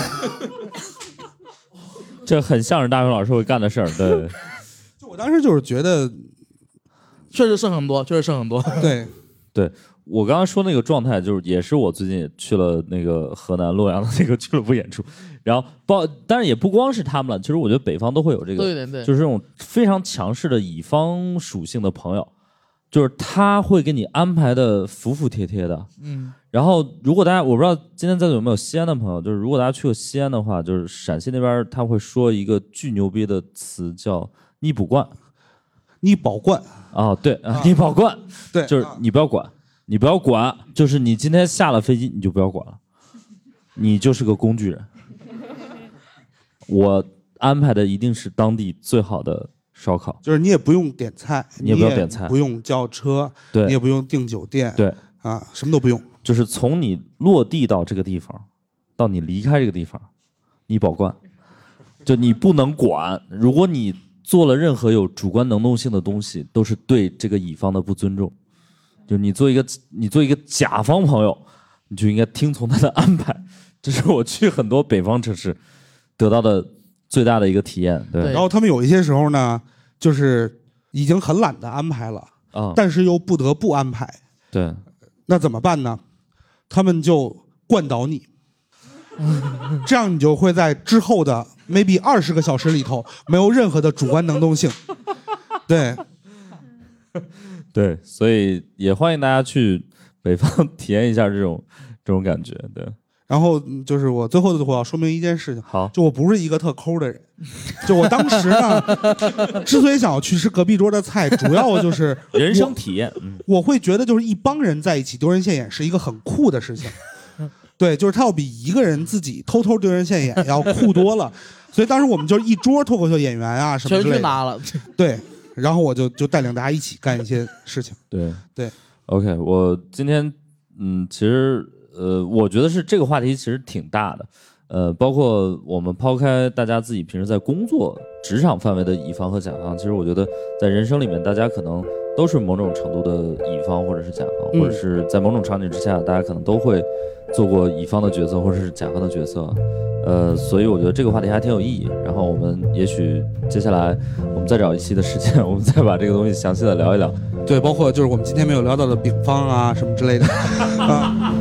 Speaker 1: 这很像是大学老师会干的事儿。对， (laughs)
Speaker 2: 就我当时就是觉得，
Speaker 3: 确实剩很多，确实剩很多。
Speaker 2: (laughs) 对，
Speaker 1: 我刚刚说那个状态，就是也是我最近也去了那个河南洛阳的那个俱乐部演出，然后包，但是也不光是他们了，其实我觉得北方都会有这
Speaker 3: 对
Speaker 1: 个，
Speaker 3: 对对，
Speaker 1: 就是这种非常强势的乙方属性的朋友，就是他会给你安排的服服帖帖的，
Speaker 3: 嗯，
Speaker 1: 然后，如果大家我不知道今天在座有没有西安的朋友，就是如果大家去过西安的话，就是陕西那边他会说一个巨牛逼的词叫“你不管”，
Speaker 2: 你保管
Speaker 1: 啊，对啊，你保管，
Speaker 2: 对，
Speaker 1: 就是你不要管，你不要管，就是你今天下了飞机你就不要管了，你就是个工具人。我安排的一定是当地最好的烧烤，
Speaker 2: 就是你也不用点菜，
Speaker 1: 你也不要点菜
Speaker 2: 不用叫车，
Speaker 1: 对
Speaker 2: 你也不用订酒店，
Speaker 1: 对
Speaker 2: 啊，什么都不用。
Speaker 1: 就是从你落地到这个地方，到你离开这个地方，你保管，就你不能管。如果你做了任何有主观能动性的东西，都是对这个乙方的不尊重。就你做一个你做一个甲方朋友，你就应该听从他的安排。这是我去很多北方城市得到的最大的一个体验。对，
Speaker 2: 然后他们有一些时候呢，就是已经很懒得安排了，
Speaker 1: 啊，
Speaker 2: 但是又不得不安排，
Speaker 1: 对，
Speaker 2: 那怎么办呢？他们就灌
Speaker 1: (laughs)
Speaker 2: 倒你，这样你就会在之后的 maybe 二十个小时里头没有任何的主观能动性。对，
Speaker 1: 对，所以也欢迎大家去北方 (laughs) 体验一下这种这种感觉。对，
Speaker 2: 然后嗯就是我最后的我要说明一件事情，
Speaker 1: 好，
Speaker 2: 就我不是一个特抠的人，就我当时 (laughs) 呢，之所以想要去吃隔壁桌的菜，主要 (laughs) 就是
Speaker 1: 人生
Speaker 2: 我
Speaker 1: 体验，嗯，
Speaker 2: 我会觉得就是一帮人在一起丢人现眼是一个很酷的事情，对，就是他要比一个人自己偷偷丢人现眼要酷多了，所以当时我们就是一桌脱口秀演员啊什么
Speaker 3: 全
Speaker 2: 之类
Speaker 3: 去
Speaker 2: 的，
Speaker 3: 拿了，
Speaker 2: 对，然后我就就带领大家一起干一些事情，
Speaker 1: 对
Speaker 2: 对。
Speaker 1: OK，我今天嗯，其实呃，我觉得是这个话题其实挺大的，呃，包括我们抛开大家自己平时在工作职场范围的乙方和甲方，其实我觉得在人生里面，大家可能都是某种程度的乙方或者是甲方，
Speaker 2: 嗯
Speaker 1: 或者是在某种场景之下，大家可能都会做过乙方的角色或者是甲方的角色。呃，所以我觉得这个话题还挺有意义。然后我们也许接下来我们再找一期的时间，我们再把这个东西详细的聊一聊。
Speaker 2: 对，包括就是我们今天没有聊到的丙方啊什么之类的，啊。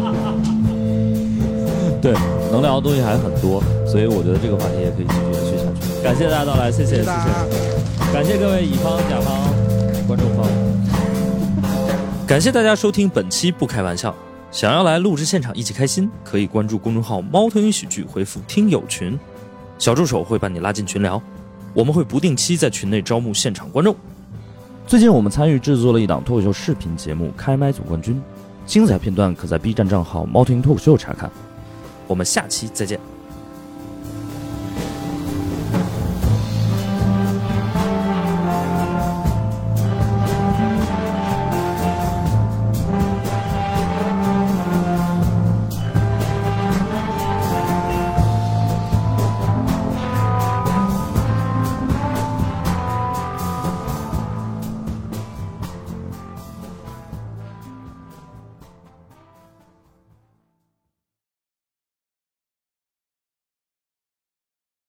Speaker 1: 对，能聊的东西还很多，所以我觉得这个话题也可以继续延续下去。感谢大家到来，谢谢，谢谢，感谢各位乙方、甲方、观众方。感谢大家收听本期《不开玩笑》。想要来录制现场一起开心，可以关注公众号“猫头鹰喜剧”，回复“听友群”，小助手会把你拉进群聊。我们会不定期在群内招募现场观众。最近我们参与制作了一档脱口秀视频节目《开麦总冠军》，精彩片段可在 B 站账号“猫头鹰脱口秀”查看。我们下期再见，